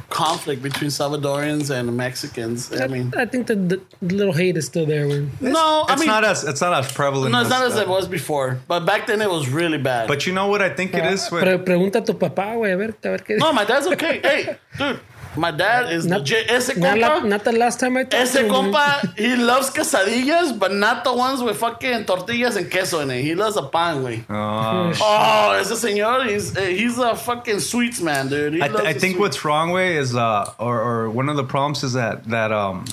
conflict between Salvadorians and Mexicans. I mean, I think the, the little hate is still there. man. no, I it's mean, not as it's not as prevalent. no, it's not as uh, it was before, but back then it was really bad. But you know what I think it is. With, Pre- pregunta a tu papá, güey, a ver, a ver qué. no, my dad's okay. hey, dude, my dad is Not- legit. Ese not, la, compa, not the last time I talked ese to him. compa, he loves quesadillas, but not the ones with fucking tortillas and queso in it. He loves a pan, güey. Oh. Oh, ese señor, he's eh, he's a fucking sweets man, dude. He I, th- loves I the think sweets. what's wrong way is uh or, or one of the problems is that that um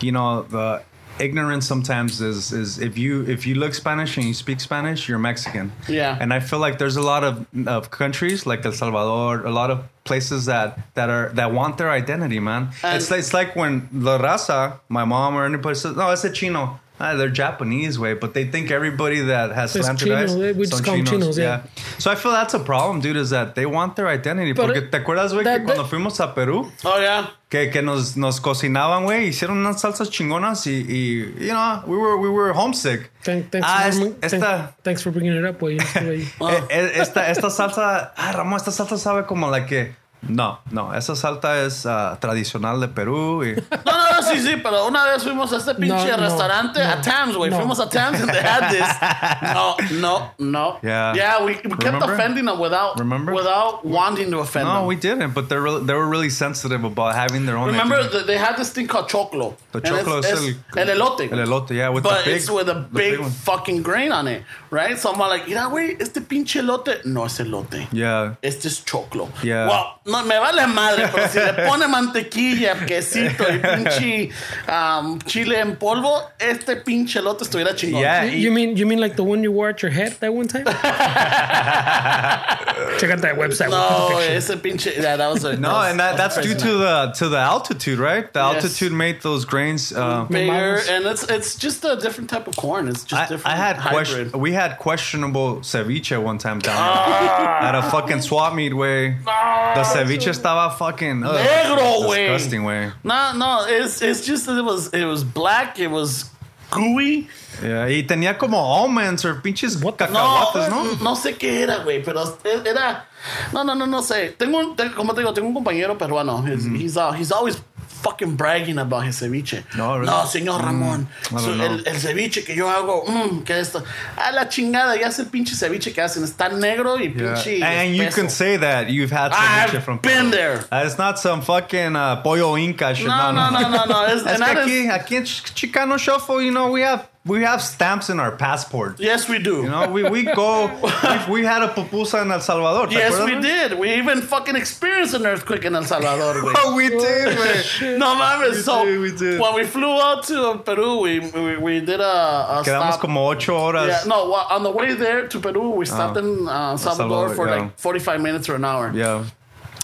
you know the ignorance sometimes is is if you if you look Spanish and you speak Spanish you're Mexican Yeah. and I feel like there's a lot of of countries like El Salvador a lot of places that that are that want their identity man And- it's like, it's like when La Raza my mom or anybody says no it's a chino Ah, they're Japanese way but they think everybody that has It's slanted chino, eyes we- eh, we son just call 'em chinos, yeah. so I feel that's a problem, dude, is that they want their identity. Pero- Porque te acuerdas, güey, that- que cuando that- fuimos a Perú, Oh yeah. que, que nos, nos cocinaban, güey, hicieron unas salsas chingonas y, y, you know, we were, we were homesick. Thank- thanks, ah, for, es- bringing- thank- esta, thanks for bringing it up, güey. Yo no estuve (laughs) ahí. eh, eh, esta, esta salsa, (laughs) ah, Ramón, esta salsa sabe como la que... No, no, esa salsa es ah, tradicional de Perú y... No, no, no, sí, sí, pero una vez fuimos a este pinche No, no, restaurante a no, Tams, güey. no. Fuimos a Tams and they had this. No, no, no. (laughs) Yeah. Yeah, we, we kept Remember? offending them without Remember? without wanting to offend No, them. we didn't, but they're really, they were really sensitive about having their own Remember identity. that they had this thing called choclo. The And choclo it's- is it's el- el elote. el elote, yeah, with the but big- it's with a the big, big one. fucking grain on it, right? So I'm like, mira, güey, este pinche elote no es elote. Yeah. Este es choclo. Yeah. Well, no, me vale madre, pero si le pone mantequilla, quesito y pinche um, chile en polvo, este pinche elote estuviera chingón. Yeah, You- you mean you mean like the one you wore at your head that (laughs) one time? Check out that website. with No, the picture. it's a pinche. Yeah, that was a. No, and that, that's due to the to the altitude, right? The Yes. altitude made those grains. Uh, bigger, Mamamos. and it's it's just a different type of corn. It's just I, different. I had question. hybrid. We had questionable ceviche one time down Ah. there at a fucking swap meet way. The ceviche estaba fucking ugh, Negro, güey. disgusting way. No, no, it's it's just that it was it was black. It was gooey. Yeah, y tenía como almonds or pinches What the- No, cacahuates, ¿no? no sé qué era, güey, pero e, Mm-hmm. era. No, no, no, no sé. Tengo, un- te- como te digo, tengo un compañero peruano. uh, He's, he's, al- he's always fucking bragging about his ceviche. No, really? Mm, no señor Ramón. I don't su- know. el, el ceviche que yo hago, mm, que esto. A la chingada, ya es el pinche ceviche que hacen. Está negro y Yeah. pinche. And you espeso. can say that you've had some shit I've from been there. Uh, it's not some fucking uh, pollo inca shit. No, no, no, no, no. It's, (laughs) Es and que that is- aquí, aquí en Ch- Chicano Shuffle, you know, we have we have stamps in our passport. yes, we do. You know, we, we (laughs) go, we, we had a pupusa in El Salvador. ¿te yes, acuerdas, we güey? did. We even fucking experienced an earthquake in El Salvador, (laughs) güey. Oh, we did, man. No mames, so did, we did. when we flew out to Peru, we we, we did a, a (laughs) Quedamos stop. como ocho horas. Yeah, no, well, on the way there to Peru, we stopped in uh, Salvador Salvador, for yeah. like 45 minutes or an hour. Yeah.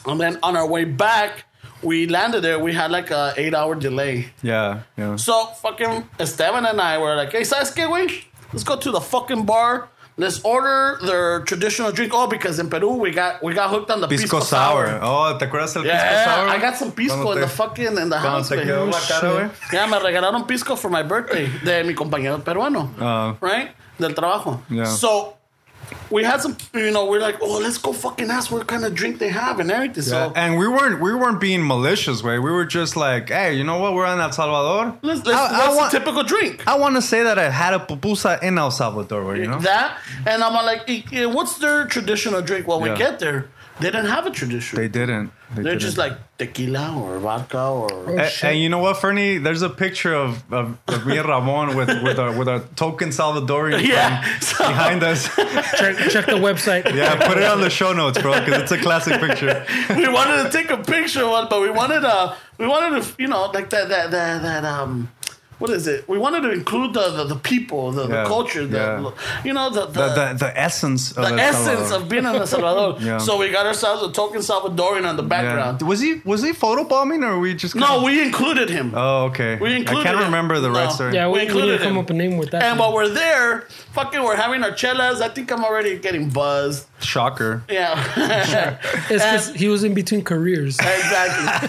And then on our way back, we landed there. We had like a eight hour delay. Yeah. yeah. So fucking Esteban and I were like, hey, ¿sabes qué, güey? Let's go to the fucking bar. Let's order their traditional drink. Oh, because in Peru, we got we got hooked on the Pisco, sour. Oh, ¿te acuerdas del pisco Yeah, sour? Eh, I got some pisco Cuando in te- the fucking in the Cuando house. te güey. Oh, quedó la cara, güey. Ya me regalaron pisco for my birthday de mi compañero peruano, Ah. right? Del trabajo. Yeah. So we had some, you know, we're like, oh, let's go fucking ask what kind of drink they have and everything. Yeah, So and we weren't we weren't being malicious, way. We were just like, hey, you know what? We're in El Salvador. let's, let's I, what's I want a typical drink? I want to say that I had a pupusa in El Salvador, güey, you know. That and I'm like, "Eh, eh, what's their traditional drink? Well, Yeah. we get there, they didn't have a tradition. they didn't. They They are didn't. just like tequila or vodka or. Oh, A- shit. And you know what, Fernie? There's a picture of, of, of me and Ramon with, with our with our token Salvadorian (laughs) Yeah, from so- behind us. check, check the website. yeah, put it on the show notes, bro, because it's a classic (laughs) picture. we wanted to take a picture of one, but we wanted uh we wanted to you know like that that that, that um what is it? We wanted to include the the, the people, the, Yeah, the culture, the yeah. you know the the, The, the, the essence of the El essence Salvador. of being in El Salvador. (laughs) Yeah. So we got ourselves a token Salvadorian on the yeah. background. was he was he photobombing or were we just kinda- No, we included him. Oh, okay. We I included can't it. remember the right No. story. Yeah, We we, we, need included to come him. up a name with that. and while one. we're there, fucking, we're having our chelas. I think I'm already getting buzzed. Shocker. Yeah. (laughs) it's because he was in between careers. (laughs) exactly.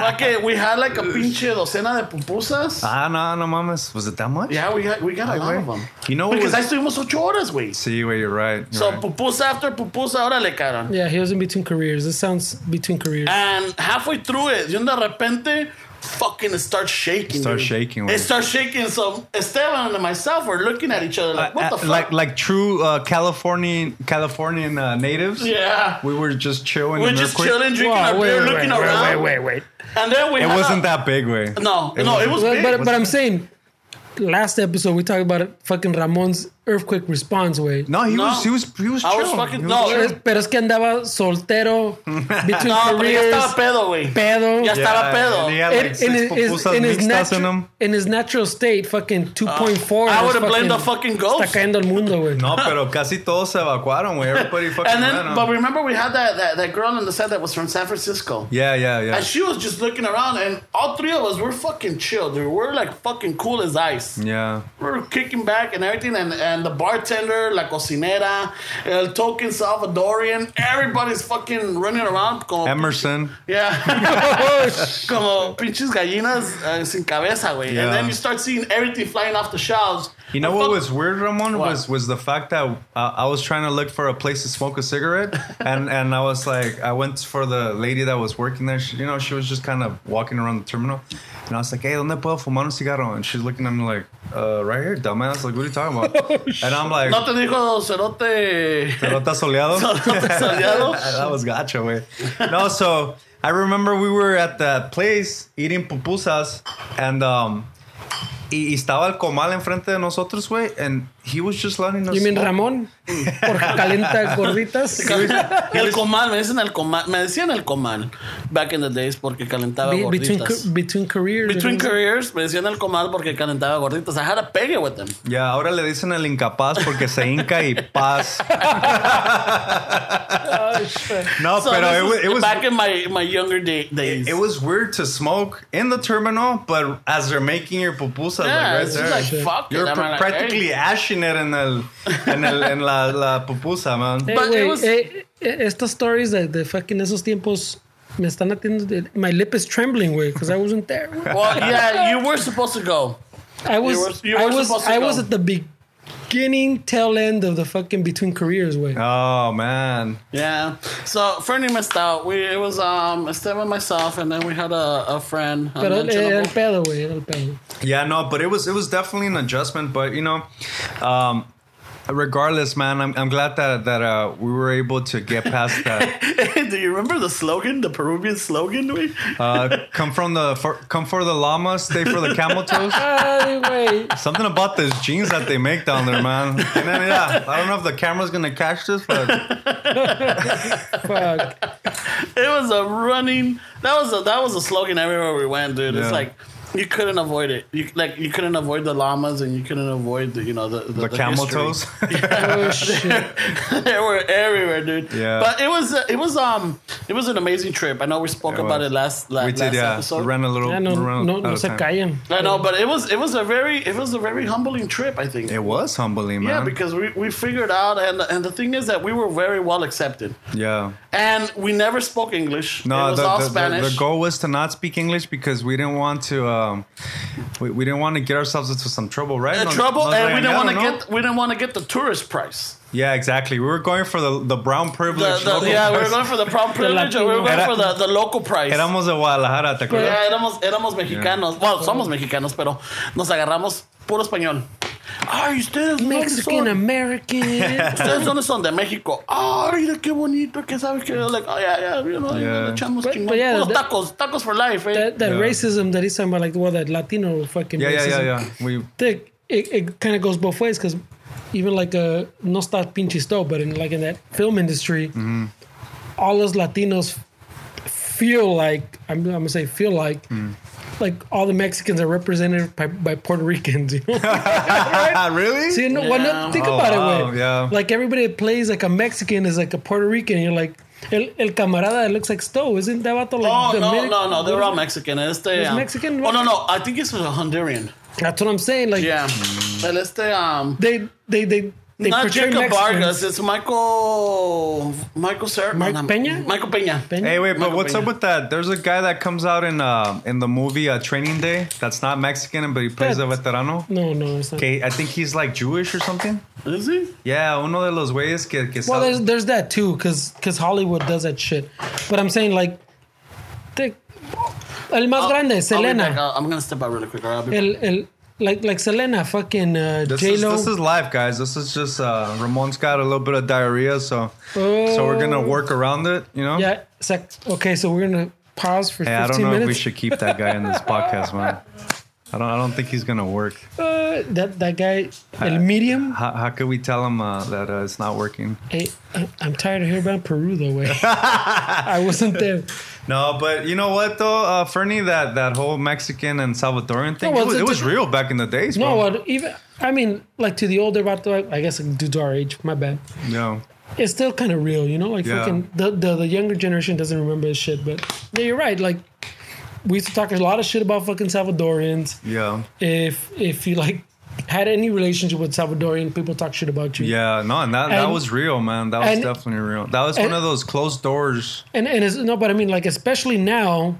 Fucking, we had like a pinche docena de pupusas. Ah, no, no mames. Was it that much? Yeah, we got we got a lot güey. of them. You know what because was- ahí estuvimos ocho horas, güey. See, where you're right. You're So right. pupusa after pupusa, órale, cabrón. Yeah, he was in between careers. This sounds between careers. And halfway through it, you know, de repente, fucking it starts shaking. Starts dude. shaking, güey. It starts shaking. So Esteban and myself were looking at each other like, what Uh, the fuck? like like true uh, Californian Californian uh, natives. yeah. We were just chilling. We're and just earthquake- chilling, drinking our beer, looking around. wait. And then we It had wasn't a- that big, way. No, no, it was But, big. but, but I'm saying, last episode we talked about fucking Ramon's earthquake response way. No, he No. was he was he was I chill. was fucking- He no, chill. it Pero, pero es que (laughs) andaba soltero, between no, pero ya careers, estaba pedo, güey. pedo. Ya estaba pedo. and he had In- like in six his- his- pupusas in his mixtas natu- in him. in his natural state, fucking 2.4. Ah, I is would have blamed the fucking ghost. Está cayendo el mundo, güey. (laughs) No, pero casi todos se evacuaron, güey. Everybody fucking And ran, then, huh? but remember, we had that, that, that girl on the set that was from San Francisco. yeah, yeah, yeah. And she was just looking around, and all three of us were fucking chill, dude. We're like fucking cool as ice. yeah. We're kicking back and everything, and, and the bartender, la cocinera, el token Salvadorian, everybody's fucking running around. Como, Emerson. (laughs) Yeah. (laughs) como pinches gallinas uh, sin cabeza, güey. Yeah. And then you start seeing everything flying off the shelves. You know And what fuck- was weird, Ramon, What? was was the fact that uh, I was trying to look for a place to smoke a cigarette, and and I was like, I went for the lady that was working there. She, you know, she was just kind of walking around the terminal, and I was like, Hey, ¿dónde puedo fumar un cigarro? And she's looking at me like, uh, Right here, dumbass. Like, what are you talking about? and I'm like, No te dijo cerote. (laughs) Pelota (laughs) soleado. cerote soleado? (laughs) that was gotcha, way. No, so I remember we were at that place eating pupusas, and um, y, y estaba el comal enfrente de nosotros, way, and he was just letting us. You mean smoke. Ramón? Por (laughs) calienta gorditas. El comal, me dicen el comal, me decían el comal back in the days porque calentaba Be- between, gorditas. ca- between careers. Between and- careers, me decían el comal porque calentaba gorditas. I had a pegue with them. Yeah, ahora le dicen el incapaz porque se hinca (laughs) y Oh, paz. No, So pero this it was, is it was back in my, my younger day, days. it was weird to smoke in the terminal, but as they're making your pupusas, yeah, like right it's there. just like fuck you're it. I'm pr- like, practically hey. ashing it in el, en el en la, la pupusa, man. Hey, But it wait, was- eh, eh, estas stories de, de fucking esos tiempos me están haciendo. My lip is trembling, güey, because I wasn't there. (laughs) (laughs) güey. Well, yeah, you were supposed to go. I was, You were- you I were was, supposed to I was go. at the big, beginning tail end of the fucking between careers way. Oh man. Yeah. So Fernie missed out. We it was um Esteban myself and then we had a, a friend. Pero el, el unmentionable. pedo, güey, era el pedo. Yeah, no, but it was it was definitely an adjustment. But you know, um, regardless, man, I'm, I'm glad that that uh, we were able to get past (laughs) that. (laughs) Do you remember the slogan, the Peruvian slogan? We Uh, come from the for, come for the llama, stay for the camel toes. Ay, (laughs) güey. Something about those jeans that they make down there, man. And then, yeah, I don't know if the camera's gonna catch this, but Fuck. (laughs) it was a running. That was a that was a slogan everywhere we went, dude. It's Yeah. like you couldn't avoid it. You like you couldn't avoid the llamas and you couldn't avoid the you know the the, the camel history. toes. Oh, shit. (laughs) they were everywhere, dude. Yeah. But it was it was um it was an amazing trip. I know we spoke It about was. it last la- (laughs) we last did, yeah. episode. We ran a little. Ya no, we ran no, out no of se time. callan. I know, but it was it was a very it was a very humbling trip. I think. It was humbling, man. yeah, because we, we figured out, and and the thing is that we were very well accepted, yeah. and we never spoke English. it No, was the, all the, Spanish. The, the goal was to not speak English because we didn't want to. Um, we, we didn't want to get ourselves into some trouble, right? The No- trouble, no, and we like, didn't I want to don't know. get we didn't want to get the tourist price. Yeah, exactly. We were going for the the brown The, privilege. the, local yeah, we were price. (laughs) going for (laughs) the prom privilege, or we were going Era- for the, the local price. Éramos de Guadalajara, ¿te acuerdas? Yeah, éramos, éramos mexicanos. Bueno, somos mexicanos, pero nos agarramos puro español. Ay, ustedes no Mexican son, (laughs) American. ustedes dónde son de México. Ay, mira qué bonito, que sabes que like, oh, yeah, yeah, you know, Yeah. le echamos But- chingón. but yeah, Puros that- tacos, tacos for life, eh. that that Yeah. racism that he's talking about, like well, that Latino fucking Yeah, yeah, yeah, racism. yeah. We Dick, it, it kind of goes both ways because even like uh no está pinche esto, but in like in that film industry, Mm-hmm. all us Latinos feel like I'm, I'm gonna say feel like Mm. like all the Mexicans are represented by, by Puerto Ricans. You (laughs) know, Ah, really? See, no, why not? think Oh, about it. wow, Way. yeah. Like everybody that plays like a Mexican is like a Puerto Rican. You're like el, el camarada that looks like Stowe. Isn't that vato like? Oh, no, Dominican? no, no, they're all Mexican. Este, It's um, Mexican, Oh, right? no, no, I think it's a Honduran. That's what I'm saying. Like Yeah. El este, um, they they they they not portray Jacob Mexicans. Vargas. It's Michael Michael Sir. Mike no, no, Peña? Michael Peña. Peña? Hey, wait, but Michael what's Peña. up with that? There's a guy that comes out in uh, in the movie uh, Training Day. That's not Mexican, but he plays a That's- veterano. No, no, it's not. Okay, I think he's like Jewish or something. Is he? Yeah, uno de los güeyes que, que sal- Well, there's there's that too, cause 'cause Hollywood does that shit. But I'm saying like, the, el más grande, Oh, I'll be back. Selena, I'll- I'm gonna step out really quick. all right? I'll be back. el el like like Selena, fucking uh, This J is, Lo. this is live, guys. This is just uh, Ramon's got a little bit of diarrhea, so so we're gonna Oh. work around it. You know. Yeah, sec. Okay, so we're gonna pause for Hey, I 15 don't know if minutes. we should keep that guy in (laughs) this podcast, man. I don't. I don't think he's gonna work. Uh, that that guy, el medium. How, how could we tell him uh, that uh, it's not working? Hey, I, eh, I'm tired of hearing about Peru though. Way. I wasn't there. No, but you know what though, uh, Fernie, that that whole Mexican and Salvadoran thing, No, it was, it's- it was it's- real back in the days, No, bro. what even? I mean, like to the older about the, I guess like, dudes our age. My bad. No, it's still kind of real, you know. Like Yeah. fucking the, the the younger generation doesn't remember this shit, but yeah, you're right. Like we used to talk a lot of shit about fucking Salvadorians. yeah, If if you like had any relationship with Salvadorian, people talk shit about you. yeah, no, and that that And- was real, man. That was and- definitely real. That was one and- of those closed doors. And and it's, no, but I mean like especially now.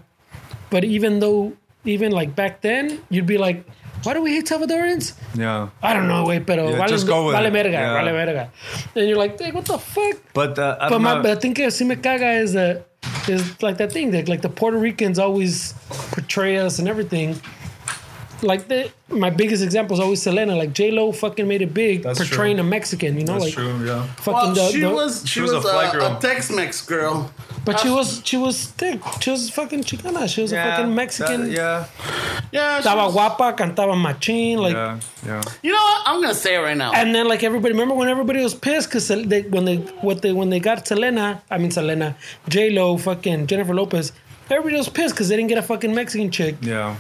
But even though even like back then, you'd be like, why do we hate Salvadorians? Yeah, I don't know, wait, pero Yeah, vale, just go with vale it. verga, Yeah. vale verga. And you're like, "Hey, what the fuck? but uh, I But don't my, know. but I think uh, si me caga is that is like that thing that like the Puerto Ricans always portray us and everything. Like the my biggest example is always Selena. Like J Lo fucking made it big That's portraying true. a Mexican. You know, like Yeah. fucking Well, the- she the- was she, She was, was a fly a, girl. a Tex-Mex girl. but she was she was thick. She was fucking Chicana. She was a fucking that- Mexican. yeah. Yeah, she Estaba was, guapa, cantaba machín, like. yeah. Yeah. you know what? I'm gonna say it right now. And then like everybody, remember when everybody was pissed because they, when they what they when they got Selena, I mean Selena, J Lo, fucking Jennifer Lopez, everybody was pissed because they didn't get a fucking Mexican chick. Yeah.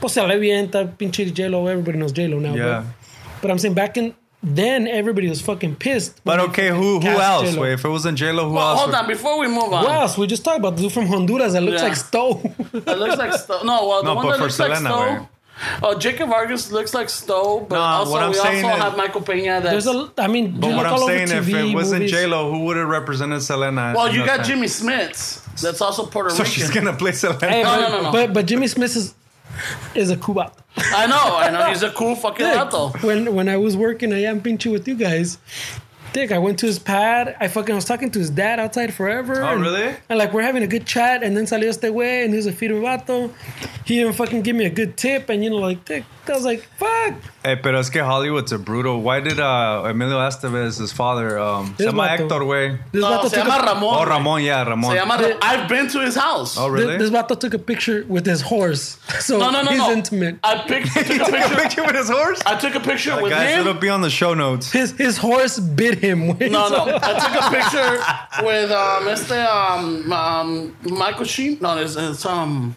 Pues se le avienta, pinche J Lo. Everybody knows J Lo now. Yeah. But, but I'm saying back in then, everybody was fucking pissed. But okay, who who Cast else? J-Lo. Wait, if it wasn't J Lo, who Well, else? hold would- on, before we move on, Who else? We just talked about the dude from Honduras that looks Yeah. like Stowe. (laughs) it looks like Stowe. No, well, the No, one but that for looks like Selena, Stowe. right? Oh, Jacob Vargas looks like Stowe, but No, also what I'm we saying also is- have Michael Peña. That's, There's a, I mean, But you what look I'm all over saying, if TV, it wasn't movies. J Lo, who would have represented Selena? well, in you that got time? Jimmy Smith. That's also Puerto (laughs) So Rican. she's gonna play Selena. Hey, No, but, no, no, no. but but Jimmy Smith is is a cubat. I know, I know. He's a cool fucking vato. When when I was working I am Pinchu with you guys, Dick, I went to his pad. I fucking was talking to his dad outside forever. Oh, and, really? And like we're having a good chat, and then salió este way, and he's a fido vato. He didn't fucking give me a good tip, and you know, like Dick, I was like, fuck. Hey, pero es que Hollywood's a brutal. Why did uh, Emilio Estevez, his father, um, se This llama vato. Héctor, way? This No, vato se took llama a- Ramon. Oh, güey. Ramon, yeah, Ramon. Se llama Ra- I've been to his house. oh, Th- really? (laughs) This vato took a picture with his horse, (laughs) so No, no, no, he's no. intimate. I pic- took a Take a picture. picture with his horse? I took a picture with Guys, him. it'll be on the show notes. His his horse bit him. No, no. (laughs) I took a picture with um, este, um, um, Michael Sheen. No, it's, it's um,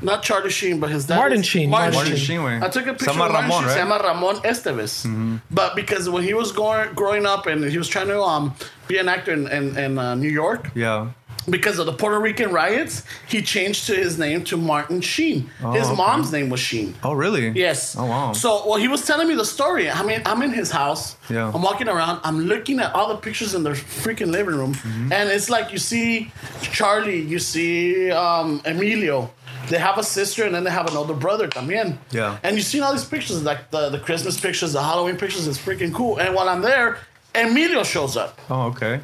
not Charlie Sheen, but his dad. Martin is- Sheen, Martin, Martin Sheen. Sheen, güey. I took a picture Se llama with Martin Ramon, Sheen. Se right? Mm-hmm. llama Ramon Estevez. But because when he was going, growing up and he was trying to um, be an actor in, in, in uh, New York, Yeah. because of the Puerto Rican riots, he changed to his name to Martin Sheen. his Oh, okay. mom's name was Sheen. Oh, really? Yes. Oh, wow. So, well, he was telling me the story. I mean, I'm in his house. Yeah. I'm walking around. I'm looking at all the pictures in their freaking living room, Mm-hmm. and it's like you see Charlie, you see um, Emilio. They have a sister, and then they have an older brother. También. Yeah. And you see all these pictures, like the the Christmas pictures, the Halloween pictures. It's freaking cool. And while I'm there, Emilio shows up. Oh, okay.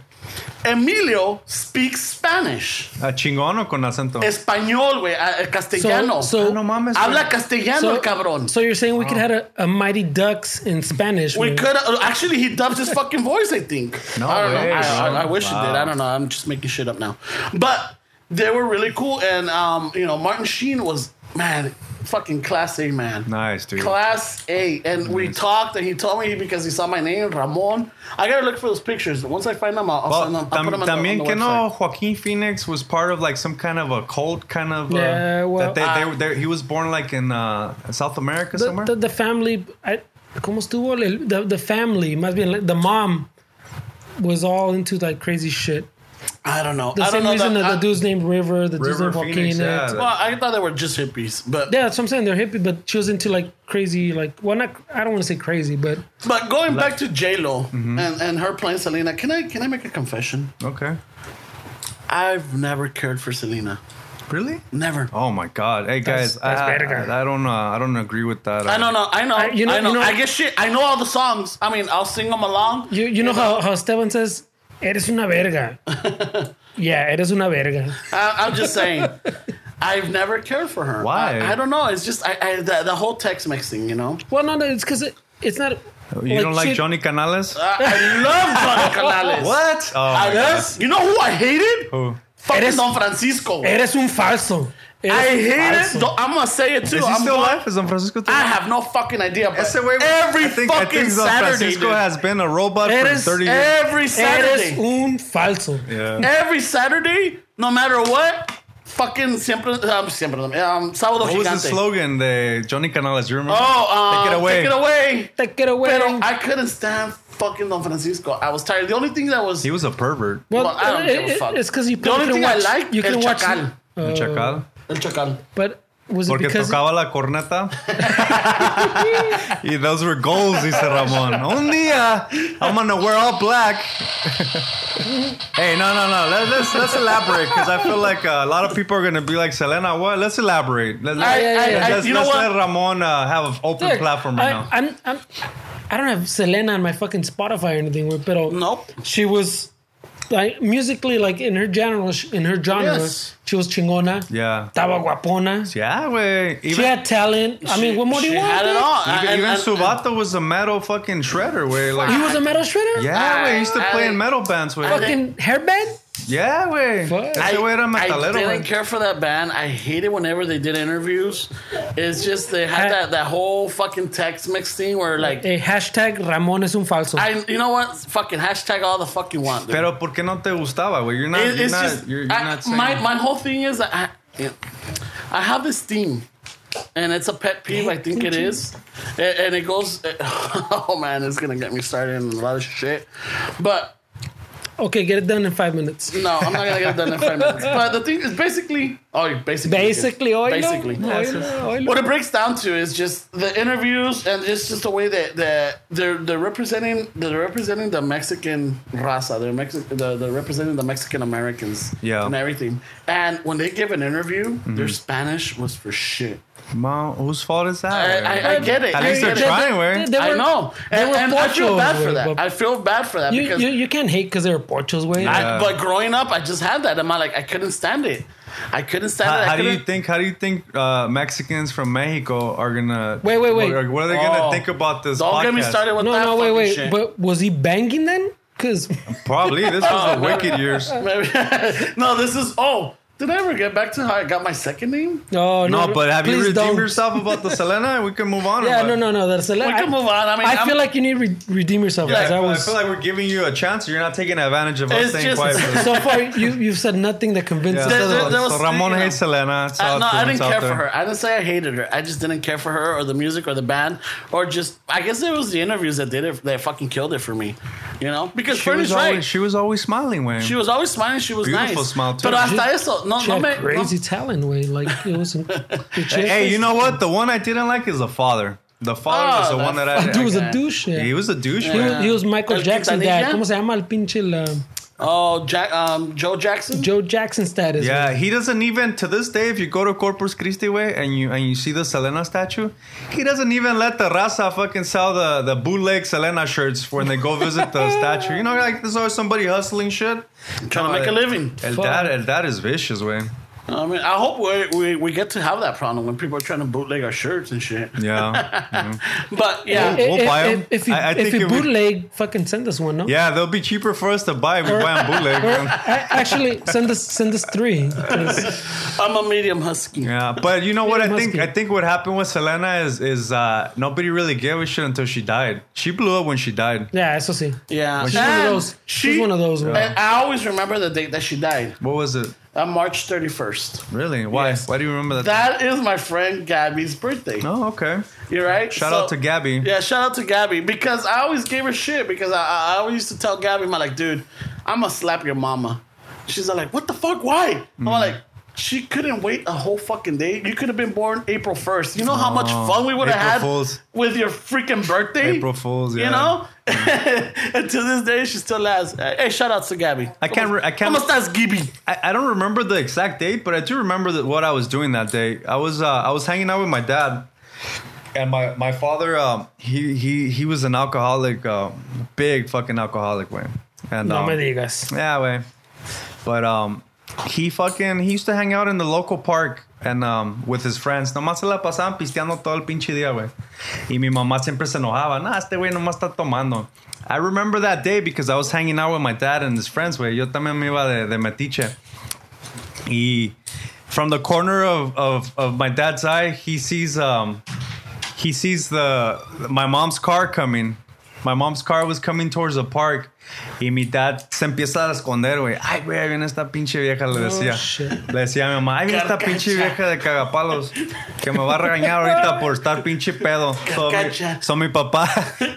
Emilio speaks Spanish. ¿A Ah, chingón o con acento? Español, güey, a- a castellano. so- Ah, no mames. Habla güey. castellano, el cabrón. so you're saying we could have a, a Mighty Ducks in Spanish? We man. could actually he dubs his fucking voice. I think. No I don't way, know. I, bro. I, I wish he did. Wow. I don't know. I'm just making shit up now. But they were really cool, and um, you know, Martin Sheen was man, fucking class A man. Nice, dude. Class A, and we talked, and he told me because he saw my name, Ramon. I gotta look for those pictures. Once I find them, I'll, I'll Well, send them. I'll tam- put them on the- on también the que no, website. Joaquin Phoenix was part of like some kind of a cult, kind of. Uh, Yeah, well, that they, I- they, were- they, he was born like in uh, South America the, somewhere. the, the family. I, ¿Cómo estuvo? El- The, the family must be like, the mom was all into like crazy shit. I don't know. The I don't same know reason that, I- the dude's named River, the dude's River named Joaquin. Phoenix, yeah, yeah. it's- Well, I thought they were just hippies, but yeah, that's what I'm saying. They're hippie, but she was into like crazy, like well, not I don't want to say crazy, but but going back to J Lo Mm-hmm. and, and her playing Selena, can I can I make a confession? okay. I've never cared for Selena. Really? Never. Oh my God! Hey guys, that's I, verga. I, I don't uh, I don't agree with that. I uh, don't know. I know. I- you know- I know. you know- I guess shit. I know all the songs. I mean, I'll sing them along. you you know how how Esteban says, "Eres una verga." yeah, eres una verga. I, I'm just (laughs) saying. I've never cared for her. Why? I, I don't know. It's just I, I the, the whole text mix thing, you know. Well, no, no, it's because it, it's not. You don't like shit- Johnny Canales? I, (laughs) I love Don Canales. what? Oh, Uh, I guess. You know who I hated? Who? Fucking Eres- Don Francisco. Eres un falso. Eres I un hated. falso. Don- I'm gonna say it too. Is he I'm still going- alive? Is Don Francisco still I alive? have no fucking idea. But Ese güey- every I think, fucking I think Don Saturday, Francisco dude. er has been a robot for Eres- 30 years. every Eres Saturday, un falso. Yeah. every Saturday, no matter what. Fucking siempre, um, siempre, um, sábado What was the gigante. slogan? The Johnny Canales. You remember? Oh, um, Take it away. Take it away. Take it away. Pero I couldn't stand fucking Don Francisco. I was tired. The only thing that was He was a pervert. well, well, I don't give a it- fuck. it's because you The only couldn't thing I watch- liked, you El can watch. Chacal. El Chacal. El Chacal. But was it Porque because tocaba la (laughs) corneta. y those were goals, dice Ramon. Un día, I'm gonna wear all black. hey, no, no, no. Let, let's let's elaborate because I feel like uh, a lot of people are gonna be like Selena. What? Let's elaborate. Let, I, yeah, I, yeah. I, let's you know let's what? let Ramon uh, have an open Look, platform right I, now. I'm, I'm, I don't have Selena on my fucking Spotify or anything. güey, Pero Nope. she was like musically, like in her genre, in her genre, Yes. she was chingona. Yeah. estaba guapona. yeah, way. Even, She had talent. I mean, what more do you She want? had it dude? all. even, And- even and- Subato was a metal fucking shredder. Way like. He was a metal shredder. Ah, yeah, way. He used to I- play I- in metal bands. Way. Fucking hairband. Yeah, way. Fuck. I, Ese way era I metalero. didn't güey. care for that band. I hated whenever they did interviews. It's just they had I- that, that whole fucking text mix thing where like Hey, Eh, hashtag Ramon es un falso. I you know what? Fucking hashtag all the fuck you want. Dude. Pero ¿por qué no te gustaba, güey? You're not, It- you're it's not, just you're, you're I- not saying. my my whole thing is I I- I have this theme, and it's a pet peeve. I think it is, and, and it goes. (laughs) oh man, it's gonna get me started in a lot of shit, but okay, get it done in five minutes. no, I'm not gonna get it done in five minutes. But the thing is basically, oh, basically, Basically, oilo. basically. Oilo, oilo. What it breaks down to is just the interviews, and it's just the way that, that they're they're representing they're representing the Mexican raza. They're Mexican. They're, they're representing the Mexican Americans. Yeah. Mm-hmm. And everything. And when they give an interview, their Spanish was for shit. Mom, whose fault is that? I- I- I right? get it. At I least get they're it. trying, They- right? they I were- know, they and, were and I feel Porchos, bad for güey, that. but- I feel bad for that You, because you, you can't hate because they're Porchos, way. I, Yeah. but growing up, I just had that. I'm like, I couldn't stand it. I couldn't stand How, it. I how do you couldn't- think? How do you think uh, Mexicans from Mexico are gonna? Wait, wait, wait. What, are they gonna Oh. think about this? Don't get me podcast? started with no, that. no, wait, fucking wait. shit. But was he banging then? Because Probably this was the wicked (laughs) years. (laughs) no, this is. Oh, did I ever get back to how I got my second name? oh, (laughs) no, No, but have you please redeemed don't. yourself about the Selena? We can move on. or Yeah, what? no, no, no. That's a We can move on. I mean, I I'm- feel like you need to re- redeem yourself. Yeah, I, 'cause I feel, I was, feel like we're giving you a chance. You're not taking advantage of us It's staying just- quiet. For this. so far, you you've said nothing that (laughs) convinces There- there- us. there otherwise. was- so Ramon you know, hates Selena. It's I, out no, there, I didn't it's out care there. for her. I didn't say I hated her. I just didn't care for her or the music or the band or just. I guess it was the interviews that did it that fucking killed it for me. You know, because She was, Fernie's always, right. she was always smiling when She was always smiling. She was Beautiful nice. smile, too. Pero hasta She- eso, no, She no had me, crazy no, talent, way. Like it was. Hey, you know what? The one I didn't like is the father. The father Oh, was the the one that I. Dude was I a douche. yeah. he was uh, a douche. He man. was, he was Michael El Jackson dad. Quintanilla? ¿Cómo se llama el pinche el, um, Oh, Jack, um, Joe Jackson. Joe Jackson status? Yeah, he doesn't even to this day. If you go to Corpus Christi way and you and you see the Selena statue, he doesn't even let the raza fucking sell the the bootleg Selena shirts when they go visit the statue. You know, like there's always somebody hustling shit, Trying to make a living. El Fuck. dad, el dad is vicious, way. I mean, I hope we, we we get to have that problem when people are trying to bootleg our shirts and (laughs) shit. Yeah, (laughs) But yeah, We'll if, buy 'em. Eh, If, if you, I- I if think you it would- bootleg, fucking send us one, no? yeah, they'll be cheaper for us to buy if we buy them bootleg. man. A- Actually, send us send us three. 'cause- (laughs) I'm a medium husky. Yeah, but you know what? I Must think be. I think what happened with Selena is is uh, nobody really gave a shit until she died. She blew up when she died. yeah, eso sí. Yeah, She's one of And those. she's one of those. uh, güey. and I always remember the date that she died, What was it? on March 31st. Really? Why? Yes. Why do you remember that? That is my friend Gabby's birthday. oh, okay. You're right. Shout out to Gabby. Yeah, shout out to Gabby because I always gave her shit because I, I I always used to tell Gabby, I'm like, dude, I'm gonna slap your mama. She's like, what the fuck? Why? Mm-hmm. I'm like, she couldn't wait a whole fucking day. You could have been born April 1st. You know how much Oh, fun we would have April had Fools. with your freaking birthday? April Fools, yeah. Mm. You know? (laughs) and to this day, she still laughs. Uh, Hey, shout out to Gabby. I can't re- I can't- ¿Cómo estás, Gibby? I, I don't remember the exact date, but I do remember that what I was doing that day. I was uh, I was hanging out with my dad, and my my father um, he he he was an alcoholic, uh, big fucking alcoholic, way. And no um, me digas. yeah, way. But um, he fucking he used to hang out in the local park and um with his friends. Nomás se la pasaban pisteando todo el pinche día, güey. Y mi mamá siempre se enojaba. Nah, este güey nomás está tomando. I remember that day because I was hanging out with my dad and his friends, güey. Yo también me iba de, de metiche. Y from the corner of, of, of my dad's eye, he sees um he sees the my mom's car coming. My mom's car was coming towards the park. Y mi dad se empieza a esconder, güey. Ay, güey, ahí viene esta pinche vieja, le decía. Oh, shit. le decía a mi mamá, ay, viene esta Carcacha. pinche vieja de cagapalos que me va a regañar ahorita por estar pinche pedo. So mi, Carcacha. so mi papá,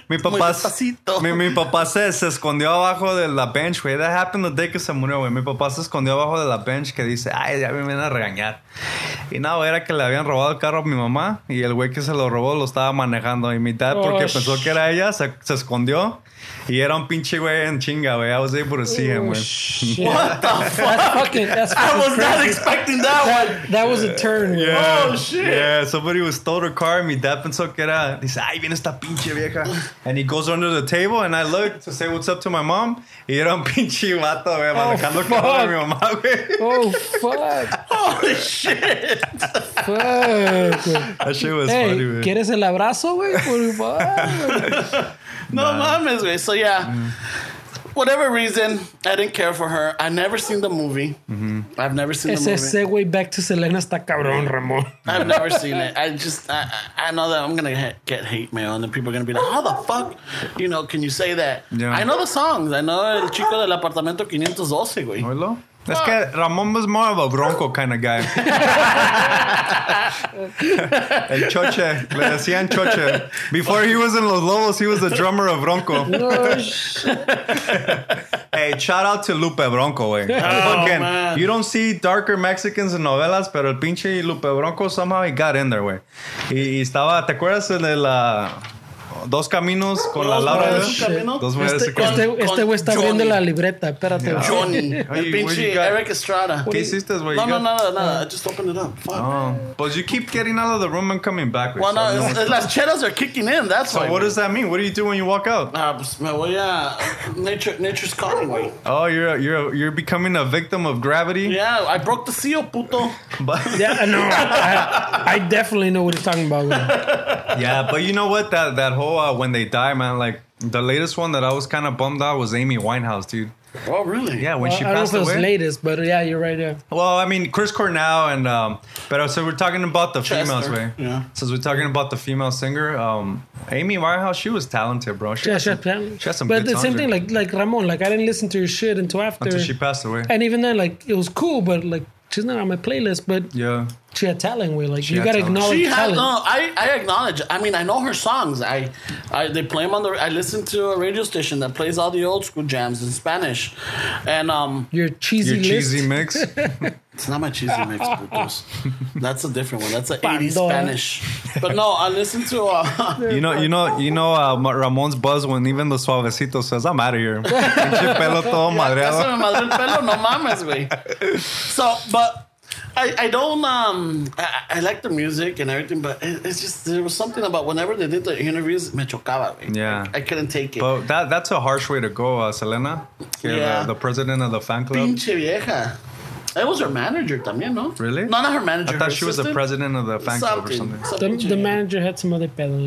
(laughs) mi papá, despacito. mi, mi papá se, se escondió abajo de la bench, güey. That happened the day que se murió, güey. Mi papá se escondió abajo de la bench que dice, ay, ya me vienen a regañar. Y no, era que le habían robado el carro a mi mamá y el güey que se lo robó lo estaba manejando. Y mi dad, porque Oh, pensó que era ella, se, se escondió y era un pinche güey en chinga, güey. I was able to see him, Oh, güey. shit. What the fuck? That's (laughs) fucking. That's I fucking was not crazy. expecting that one. That, that was a turn. güey. Yeah. Oh, shit. Yeah, somebody was stole her car. Mi dad pensó que era. Dice, ay, viene esta pinche vieja. And he goes under the table, and I look to say what's up to my mom. Y era un pinche vato, Oh, güey, manejando el carro de mi mamá, güey. Oh fuck. Holy shit. Fuck. güey. That shit was funny, Hey, güey. ¿quieres el abrazo, (laughs) güey? Por favor. No mames, güey. So yeah, Mm. whatever reason, I didn't care for her. I never seen the movie. Mm-hmm. I've never seen the Ese movie. segue back to Selena está cabrón, Ramón. I've never seen it. I just I, I I know that I'm gonna ha- get hate mail, and then people are gonna be like, "How the fuck, you know? Can you say that?" Yeah. I know the songs. I know el chico del apartamento 512, güey. Oilo? Es que Ah. Ramón was more of a bronco kind (laughs) of guy. El choche. Le decían choche. Before he was in Los Lobos, he was the drummer of Bronco. Oh, shit. Hey, shout out to Lupe Bronco, (laughs) güey. Fucking- Oh, man. you don't see darker Mexicans in novelas, pero el pinche Lupe Bronco somehow he got in there, güey. Y, y estaba, ¿te acuerdas de la Dos caminos con la Dos Laura. mujeres, un camino. Dos mujeres Este, se cruzan. este, este güey está Con abriendo Johnny. la libreta, espérate. güey. Johnny, Oye, el what pinche you got? Eric Estrada. ¿Qué hiciste, güey? No, You no, got- nada, nada. I just opened it up. Fuck. Oh, but you keep getting out of the room and coming backwards. well, so I no, don't it's, know it's, las cheras are kicking in. That's what's- why. so what does that mean? What do you do when you walk out? Ah, pues me voy a nature. Nature's calling, güey. Oh, you're you're you're becoming a victim of gravity. Yeah, I broke the seal, puto. But Yeah, no, I, I definitely know what he's talking about. güey. yeah, but you know what? That that whole uh, when they die, man. Like the latest one that I was kind of bummed out was Amy Winehouse, dude. Oh, really? Yeah, when she I don't know passed if it was away. latest, but yeah, you're right. Yeah. Well, I mean, Chris Cornell and um, but so we're talking about the Chester, females, way. yeah. Since we're talking about the female singer, um, Amy Winehouse, she was talented, bro. She Yeah, had she some- had plan- she had some But good the same songs, thing, dude. like like Ramon, like I didn't listen to your shit until after, until she passed away. and even then, like it was cool, but like she's not on my playlist. But yeah, she had talent. We like you had gotta talent. acknowledge She has talent. no. I, I acknowledge. I mean, I know her songs. I, I they play them on the. I listen to a radio station that plays all the old school jams in Spanish, and um, Your your cheesy list. cheesy mix. (laughs) it's not my cheesy mix. (laughs) putos. That's a different one. That's an '80s Pandora. Spanish. But no, I listen to. Uh, (laughs) You know, you know, you know, uh, Ma- Ramon's buzz when even the suavecito says, "I'm out of (laughs) here." Pinche pelo todo Eso madreado. me madre el pelo, no mames, güey. So, but I, I don't um I, I like the music and everything, but it, it's just there was something about whenever they did the interviews, me chocaba, güey. Yeah. I, couldn't take it. But Oh, that that's a harsh way to go, uh, Selena. You're the- Yeah. the, president of the fan club. Pinche vieja. It was her manager también, no? Really? No, not her manager. I thought her she was the assistant. president of the fan club or something. The, Some the pinche vieja. manager had some other pedo.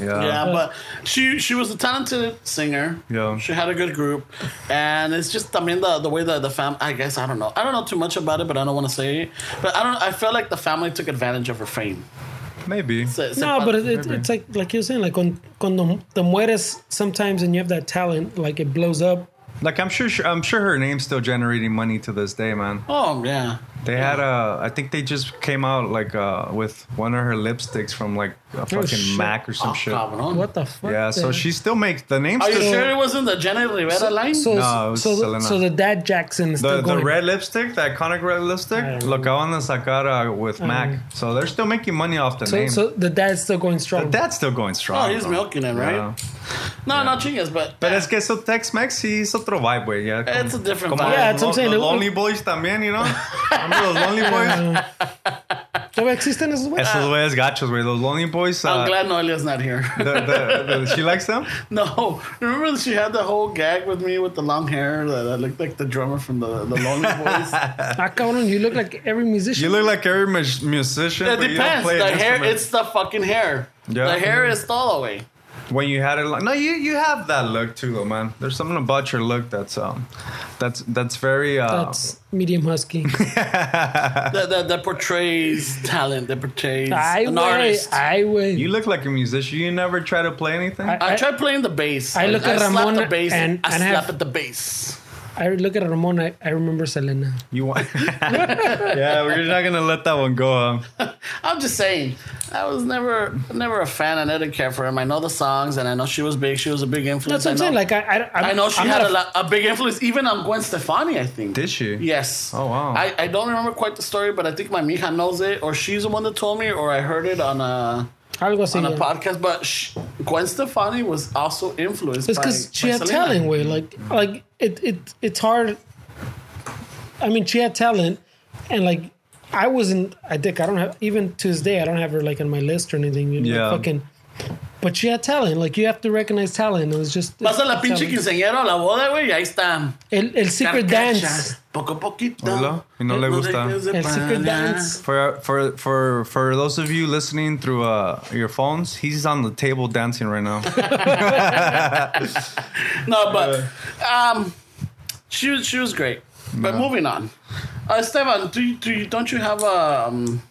Yeah. Yeah, but she she was a talented singer. Uh, Yeah. she had a good group, and it's just I mean the the way that the fam. I guess I don't know. I don't know too much about it, but I don't want to say. it. But I don't. I feel like the family took advantage of her fame. maybe. Se- se No, pa- but it, it, it's like like you're saying, like when cuando te mueres sometimes and you have that talent, like it blows up. Like I'm sure, I'm sure her name's still generating money to this day, man. oh yeah. They had a, I think they just came out like uh, with one of her lipsticks from like a fucking Oh, shit. Mac or some Oh, shit. cabrón. What the fuck? Yeah, so the- she still makes the name. Are you Still, sure it wasn't the Jenny Rivera line? So, No, it was so, the, Selena. so the dad Jackson is the still the going. red lipstick, the iconic red lipstick. don't Look, I want to sacar uh, with Mac. So they're still making money off the Mm. so, name. so the dad's still going strong. That's still going strong. Oh, he's bro. milking it, right? no, not chingas, but Pero es que eso Tex-Mex sí es otro vibe, güey. ya como- It's a different como vibe. Yeah, that's what los- I'm saying. Los Lonely Boys también, you know? Remember los Lonely (laughs) Boys? ¿Todavía existen esos güeyes? Esos güeyes gachos, güey. Los Lonely Boys. I'm uh, glad Noelia's not here. the- the- the- she likes them? (laughs) No, remember she had the whole gag with me with the long hair that I looked like the drummer from the the (laughs) Lonely Boys. Ah, cabrón, you look like every musician. You look like every mus- musician, It but you don't depends. play The an hair, instrument. it's the fucking hair. Yeah. The hair is all away. When you had it, like, no, you you have that look too, though, man. There's something about your look that's um, that's that's very uh, That's medium (laughs) husky. That, that, that portrays talent. That portrays I an way, artist. I, I way. You look like a musician. You never try to play anything. I- tried playing the bass. I look at slap Ramon the bass and- I and slap have- at the bass. I look at Ramon. I, I remember Selena. you (laughs) want? (laughs) yeah, we're not gonna let that one go. Huh? I'm just saying, I was never never a fan. and I didn't care for him. I know the songs, and I know she was big. She was a big influence. That's what I'm I know, saying. Like I, I, I'm- I know she I'm had not a, lot, a big influence, even on Gwen Stefani. I think Did she? Yes. Oh, wow. I, I don't remember quite the story, but I think my mija knows it, or she's the one that told me, or I heard it on uh, a Algo así. on a yeah. podcast, but sh- Gwen Stefani was also influenced. It's by- because she by had Selena. talent. Way like like it it it's hard. I mean, she had talent, and like I wasn't. I think I don't have even to this day. I don't have her like on my list or anything. You know, Yeah. like, fucking. But she had talent. Like you have to recognize talent. It was just. Pasa la pinche talent. quinceañera a la boda, güey, y ahí está. El, el secret dance. Carcachas, Poco a poquito. Hola, y no le gusta. dejes de El secret parar. dance. For for for for those of you listening through uh, your phones, he's on the table dancing right now. No, Eh. but um, she was she was great. But moving on, uh, Esteban, do you, do you, don't you have um?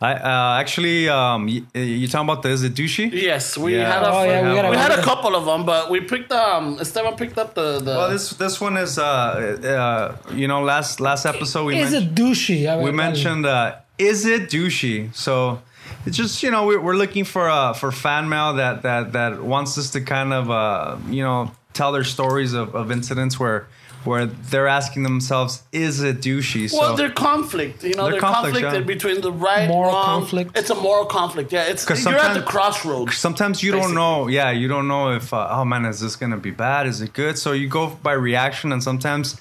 I uh, actually, um, y- you talking about the is it douchey? Yes, we Yeah. had a Oh yeah, we got we a had a couple of them, but we picked um. Esteban picked up the the. Well, this this one is uh, uh you know last last episode we Is mentioned- it douchey? A ver, we dale. mentioned uh, is it douchey so it's just you know we're, we're looking for uh, for fan mail that that that wants us to kind of uh, you know tell their stories of, of incidents where where they're asking themselves, is it douchey? Well, so, their conflict, you know, Their their conflict, conflict, yeah. between the right Moral wrong. conflict. It's a moral conflict. Yeah, it's 'Cause you're at the sometimes- crossroads. sometimes you Basically. don't know yeah you don't know if uh, oh man is this gonna be bad is it good so you go by reaction and sometimes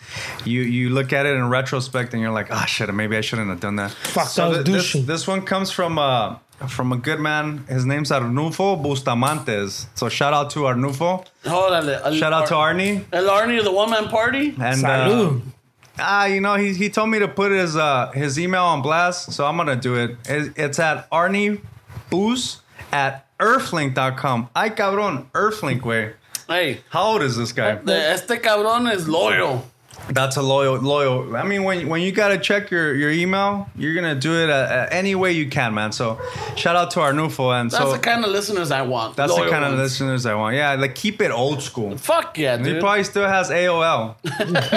you you look at it in retrospect and you're like oh shit maybe i shouldn't have done that Fuck, so that was this, douchey. this one comes from uh from a good man his name's arnulfo bustamantes so shout out to arnulfo Hold on, El- shout out to arnie El Arnie, the one man party. and uh, Salud. Ah, you know, he, he told me to put his uh his email on blast, so I'm gonna do it. It- It's at Arnie Booz at earthlink.com. Ay cabrón, earthlink way. Hey, How old is this guy? the, este cabrón is loyal. That's a loyal loyal. I mean, when when you gotta check your, your email, you're gonna do it uh, uh, any way you can, man. So shout out to Arnulfo and That's so the kind of listeners I want. that's the Loyal kind of ones. listeners I want. Yeah, like keep it old school. Fuck yeah, He dude. probably still has AOL. (laughs) (laughs)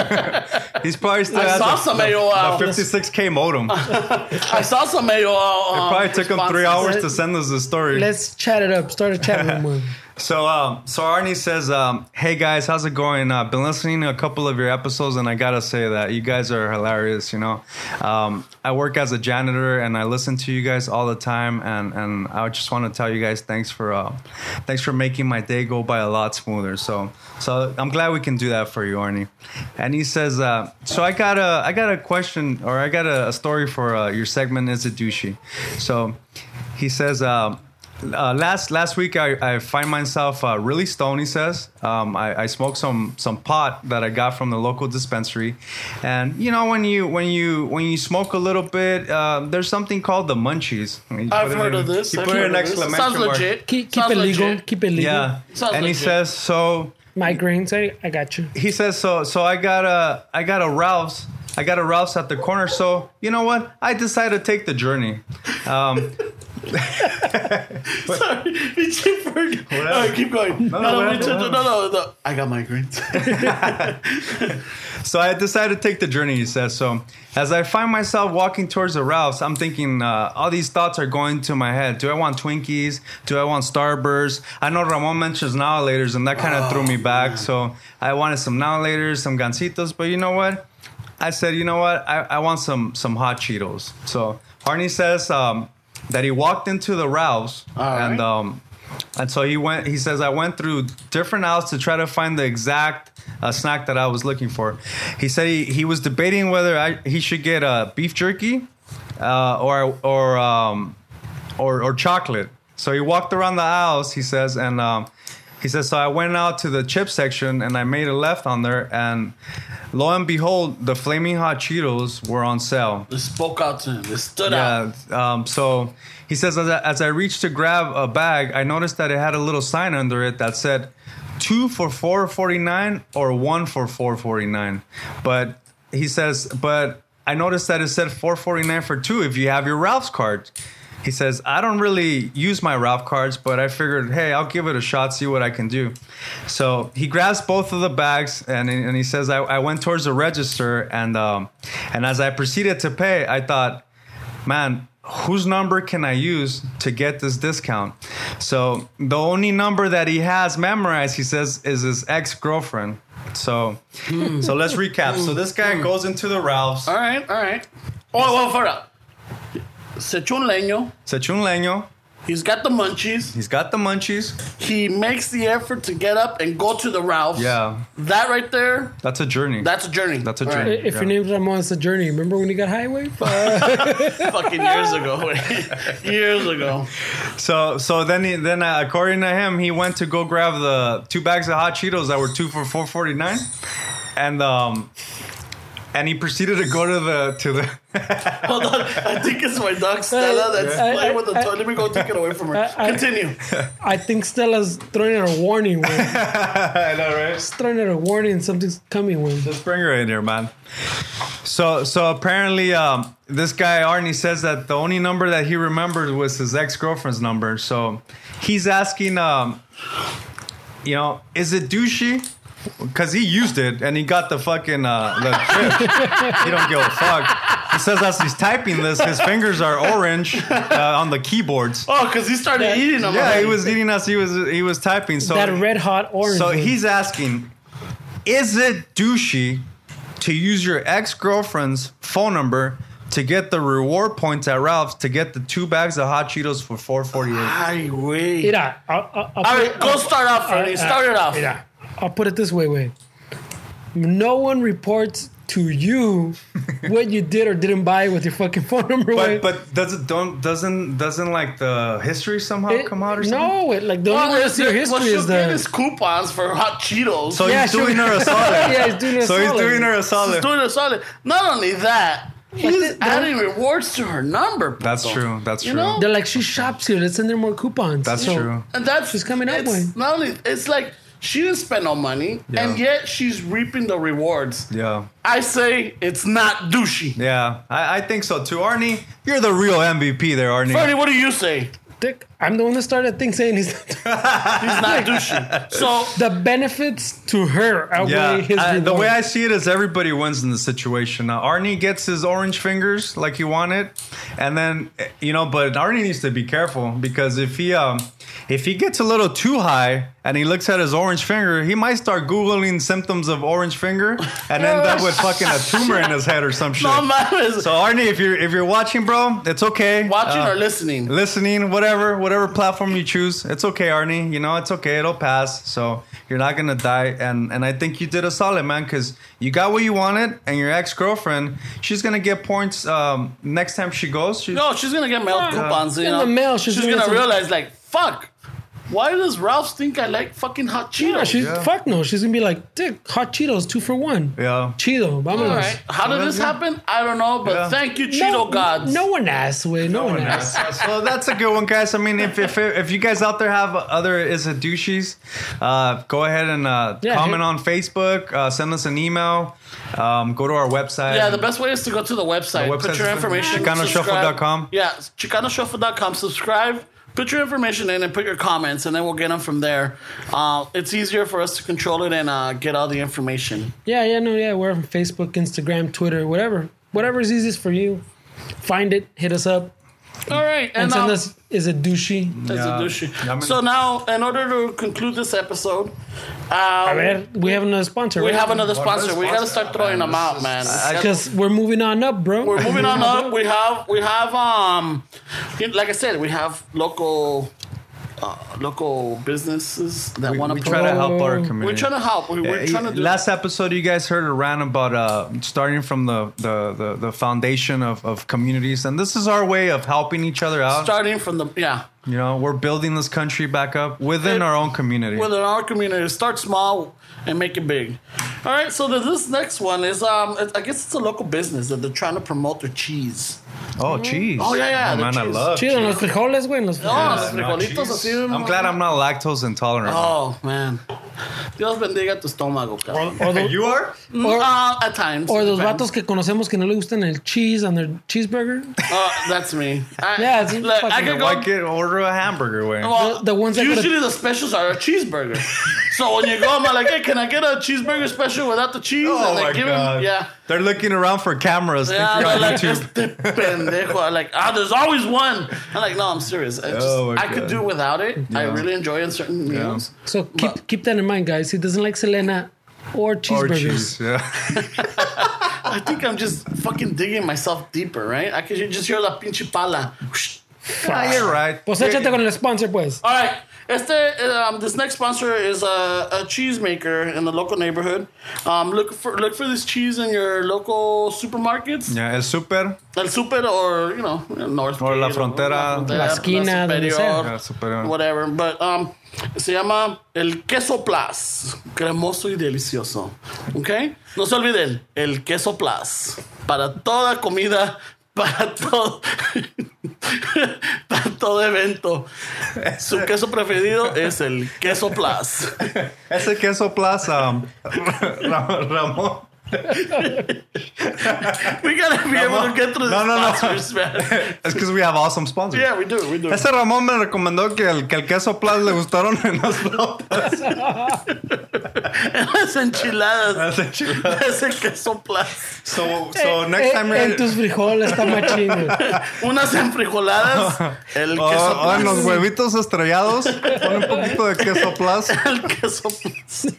He's probably still I has saw a- some a- AOL. a 56k modem. I saw some AOL. Um, Probably took him three responses. hours to send us the story. Let's chat it up. Start a chat (laughs) room. man. So, um, so Arnie says, um, "Hey guys, how's it going? I've been listening to a couple of your episodes, and I gotta say that you guys are hilarious. You know, um, I work as a janitor, and I listen to you guys all the time. And and I just want to tell you guys thanks for uh, thanks for making my day go by a lot smoother. So, so I'm glad we can do that for you, Arnie. And he says, uh, so I got a I got a question, or I got a, a story for uh, your segment. Is it douchey? So, he says." Uh, uh, last last week I, I find myself uh, really stoned. He says um, I, I smoked some some pot that I got from the local dispensary, and you know when you when you when you smoke a little bit, uh, there's something called the munchies. You I've put it heard in- of this. You I've put heard in an of this. exclamation Sounds mark. legit. Keep, keep Sounds it legal. legit. Keep it legal. Yeah, Sounds and he legit. says so Migraines. eh? I, I got you. he says so so i got a i got a ralph's i got a ralph's at the corner so you know what i decided to take the journey um (laughs) Sorry, it's different. All right, keep going. No, no, no, what we happened? took- no, no, no. I got migraines. so i decided to take the journey he says so as i find myself walking towards the ralph's i'm thinking uh, all these thoughts are going to my head do i want twinkies do i want starburst i know ramon mentions nolators and that kind of threw me back so i wanted some nolators some gancitos but you know what I said, you know what? I, I want some some hot Cheetos. So Arnie says um, that he walked into the Ralph's All and right. um, and so he went. He says I went through different aisles to try to find the exact uh, snack that I was looking for. He said he, he was debating whether I, he should get uh, beef jerky uh, or or um, or, or chocolate. So he walked around the aisles, he says, and um, he says, so I went out to the chip section and I made a left on there, and lo and behold, the flaming hot Cheetos were on sale. It spoke out to him. It stood out. Yeah. Um, so he says, as I, as I reached to grab a bag, I noticed that it had a little sign under it that said two for four forty nine or one for four forty nine. But he says, but I noticed that it said four forty nine for two if you have your Ralph's card. He says, I don't really use my Ralph cards, but I figured, hey, I'll give it a shot, see what I can do. So he grabs both of the bags and, and he says, I, I went towards the register and um, and as I proceeded to pay, I thought, man, whose number can I use to get this discount? So the only number that he has memorized, he says, is his ex girlfriend. So, so let's recap. So this guy goes into the Ralph's. All right, all right. Oh, well, for up. Se echó un leño. Se echa un leño. He's got the munchies. He's got the munchies. He makes the effort to get up and go to the Ralph's. Yeah. That right there, That's a journey. that's a journey. That's a All journey. If Yeah. your name's Ramon, it's a journey. Remember when he got highway? (laughs) Fucking years ago. (laughs) years ago. So so then he, then uh, according to him, he went to go grab the two bags of hot Cheetos that were two for four forty nine, and um, and he proceeded to go to the to the. (laughs) Hold on. I think it's my dog Stella that's I- playing with the I- toy. Let me go take it away from her. I- I- Continue. (laughs) I think Stella's throwing out a (laughs) warning. When. I know, right? throwing out a warning. Something's coming. When. Let's bring her in here, man. So so apparently, um, this guy Arnie says that the only number that he remembered was his ex girlfriend's number. So he's asking, um, you know, is it douchey? Because he used it and he got the fucking uh, the trip. (laughs) he don't give a fuck. He says as he's typing this, his fingers are orange uh, on the keyboards. Oh, because he started Yeah. eating them. Yeah, he already. was eating us. He was he was typing. So that red hot orange. so one. he's asking, is it douchey to use your ex girlfriend's phone number to get the reward points at Ralph's to get the two bags of hot Cheetos for four forty eight. Ay, güey. Mira, I'll, I'll, I'll All put right, it- go I'll- start off, Ernie. uh, Start it off. Mira, I'll put it this way, way. No one reports to (laughs) you what you did or didn't buy with your fucking phone number. way. But but does it don't doesn't doesn't like the history somehow It- come out or something? no, it, like the Well, only way to it's- see your what history she'll is get the is coupons for hot Cheetos. So Yeah, he's sure. doing her (laughs) a solid. yeah, he's doing a so he's solid. doing her a She's solid. doing us solid. Not only that, he's the- the- adding rewards to her number. That's puto. true. That's You true. know? They're like she shops here. Let's send her more coupons. That's So, true. And that's She's coming up it's with. Not only it's like she didn't spend no money, Yeah. and yet she's reaping the rewards. Yeah. I say it's not douchey. Yeah, I, I think so too. Arnie, you're the real MVP there, Arnie. Freddie, what do you say? Dick, I'm the one that started that thing saying he's (laughs) He's (laughs) not douchey. So (laughs) the benefits to her outweigh Yeah, his. I- the way I rewards. see it is everybody wins in the situation. Now, Arnie gets his orange fingers like he wanted, and then eh, you know, but Arnie needs to be careful because if he um if he gets a little too high and he looks at his orange finger, he might start googling symptoms of orange finger and end up with fucking a tumor in his head or some shit. no matter So Arnie, if you're if you're watching, bro, it's okay. watching Uh, or listening. listening, whatever, whatever platform you choose, it's okay, Arnie. You know, it's okay. It'll pass. So you're not gonna die. And and I think you did a solid, man, because you got what you wanted. And your ex girlfriend, she's gonna get points um, next time she goes. She, No, she's gonna get mail coupons. You In know? the mail, she's she's, gonna gonna get some- realize like, fuck. Why does Ralph's think I like fucking hot Cheetos? Yeah, she's Yeah. fuck no. She's gonna be like, Dick, hot Cheetos, two for one. Yeah. Cheeto, vamos. All right. How did this happen? I don't know, but Yeah. thank you, Cheeto No, gods. No one asked, way. No, one asked. so that's a good one, guys. I mean, if if, if you guys out there have other is it douches, uh, go ahead and uh, Yeah, comment hit- on Facebook, uh, send us an email, um, go to our website. Yeah, the best way is to go to the website. The put website's your information. chicanoshuffle.com. subscribe. Yeah, chicanoshuffle.com. Subscribe. Put your information in and put your comments, and then we'll get them from there. Uh, it's easier for us to control it and uh, get all the information. Yeah, yeah, no, yeah. We're on Facebook, Instagram, Twitter, whatever. Whatever is easiest for you. Find it, hit us up, All right, and send um, us is it douchey? that's a Yeah. douche. Yeah, I'm so now, in order to conclude this episode, A um, ver, we have another sponsor. we right? have another sponsor. We gotta sponsor? start throwing them out, man. because we're moving on up, bro. We're moving on up. We have we have um, you know, like I said, we have local uh, local businesses that we, want we to try to help our We're community. We're trying to help. We, we're Yeah, trying to do Last episode, you guys heard around about uh, starting from the, the, the, the foundation of, of communities, and this is our way of helping each other out. starting from the yeah you know, we're building this country back up within It- our own community. within our community. Start small and make it big. All right. So then this next one is um, it- I guess it's a local business that they're trying to promote their cheese. oh, cheese! Oh, yeah, yeah, Oh, the man, I cheese. love (laughs) Chido, los frijoles, güey. Los Oh, frijoles. los frijolitos así. I'm glad I'm not lactose intolerant. Oh man, Dios bendiga tu estómago, cabrón. Or the- you are? Uh, at times. Or los depends. vatos que conocemos que no le gustan el cheese on their cheeseburger. Uh, that's me. I, Yeah, it's look, I fucking- could go Why can't order a hamburger? Way. Well, The- the ones that usually could've- the specials are a (laughs) cheeseburger. so when you go, I'm like, hey, can I get a cheeseburger special without the cheese? oh they my give 'em- god! yeah. they're looking around for cameras. Yeah, thinking they're on like, YouTube. "Este pendejo." I'm like, ah, there's always one. I'm like, no, I'm serious. I, just, Oh my I could God. do without it. I really enjoy in certain meals. (laughs) So keep keep that in mind, guys. He doesn't like Selena or Or cheeseburgers. cheese. Oh, Yeah. I think I'm just fucking digging myself deeper, right? I could just hear la pinche pala. yeah, you're right. Pues échate con el sponsor, pues. All right. Este, um, this next sponsor is a, a cheese maker in the local neighborhood. Um, look for look for this cheese in your local supermarkets. Yeah, el super. El Super or, you know, North. Or La Gate Frontera. La esquina, donde sea. Yeah, Superior. Whatever. But um, se llama El Queso Plus. Cremoso y delicioso. ¿Ok? No se olviden, El Queso Plus. Para toda comida, (laughs) para todo... para todo evento. Su queso preferido es el Queso Plus. Ese queso plaza, (laughs) um, Ra- Ramon. We gotta be able to get through the No, no, no. sponsors, man. It's because we have awesome sponsors. Yeah, we do, we do. (laughs) Ese Ramón me recomendó que el, que el queso plaza le gustaron en las (laughs) flautas. Las enchiladas. so Es el queso plus. so next Eh, time en you're tus frijoles está (laughs) machín, güey. Unas enfrijoladas, el o, queso o Ah, en plus. (laughs) los huevitos (laughs) estrellados, pon un poquito de queso plaza. El queso plus.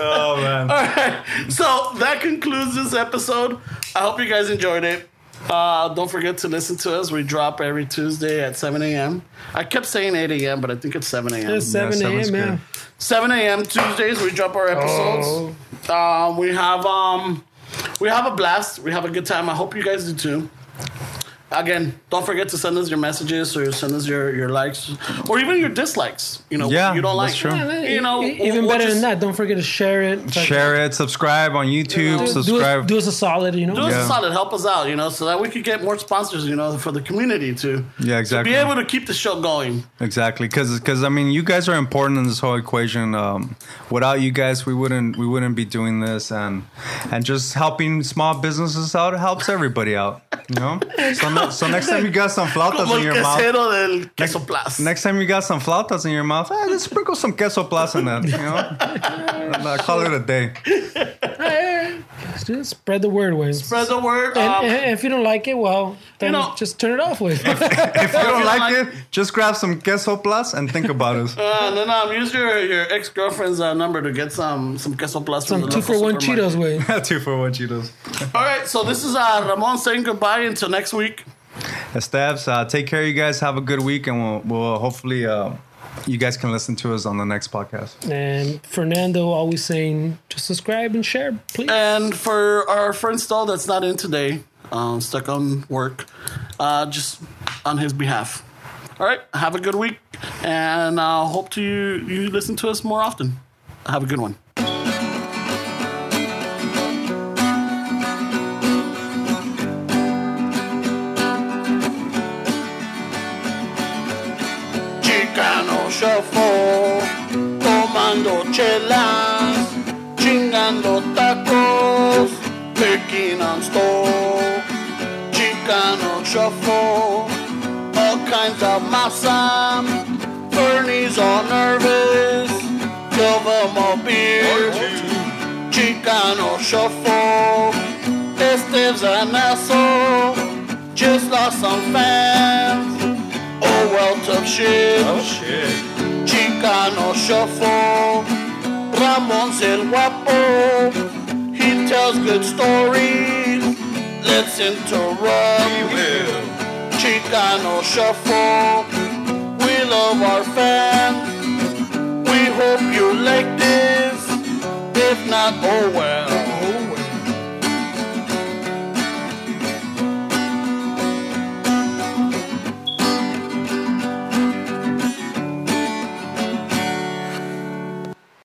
Oh man. All right. So that concludes this episode. I hope you guys enjoyed it. Uh, don't forget to listen to us. We drop every Tuesday at 7 a.m. I kept saying 8 a.m., but I think it's 7 a.m. It's 7 sounds a.m. Yeah. good. 7 a.m. Tuesdays. We drop our episodes. Oh. Um, we have um, we have a blast. We have a good time. I hope you guys do too. Again, don't forget to send us your messages or send us your, your likes or even your dislikes. You know, Yeah, you don't like. that's true. Yeah, man, You know, e- even we'll better just- than that, don't forget to share it. Share it. Subscribe on YouTube. Do, do, subscribe. us, do us a solid, you know. Do us Yeah. a solid, help us out, you know, so that we could get more sponsors, you know, for the community to Yeah, exactly. to be able to keep the show going. Exactly, because I mean, you guys are important in this whole equation. Um, without you guys, we wouldn't we wouldn't be doing this, and and just helping small businesses out helps everybody out. You know. So, ne- so next time you got some flautas Como in el your mouth, quesero del queso plus. next time you got some flautas in your mouth, eh, let's sprinkle some queso plus in that. You know. And, uh, call it a day. Just spread the word, Wayne. Spread the word. And, um, and if you don't like it, well, then know- just turn it off with. If you don't you like like- it, just grab some queso plus and think about us. (laughs) and then um, use your, your ex girlfriend's uh, number to get some some queso plus. from Some the two local for one supermarket. Cheetos, Wayne. Two for one Cheetos. All right, so this is uh, Ramon saying goodbye until next week. Stabs, uh, take care, you guys. Have a good week, and we'll, we'll hopefully uh, you guys can listen to us on the next podcast. And Fernando always saying, just subscribe and share, please. And for our friend Stahl that's not in today, um, stuck on work, uh, just on his behalf. All right, have a good week, and uh, hope to you you listen to us more often. Have a good one. Chicano Shuffle, tomando chelas, chingando tacos, picking on stove. Chicano Shuffle, all kinds of masa. Bernie's all nervous, give 'em a beer. Chicano Shuffle, Esteves an asshole, just lost some fans. Oh, well, tough shit. Chicano shuffle. Ramon's el guapo. He tells good stories. Let's interrupt. Chicano shuffle. We love our fans. We hope you like this. If not, oh well.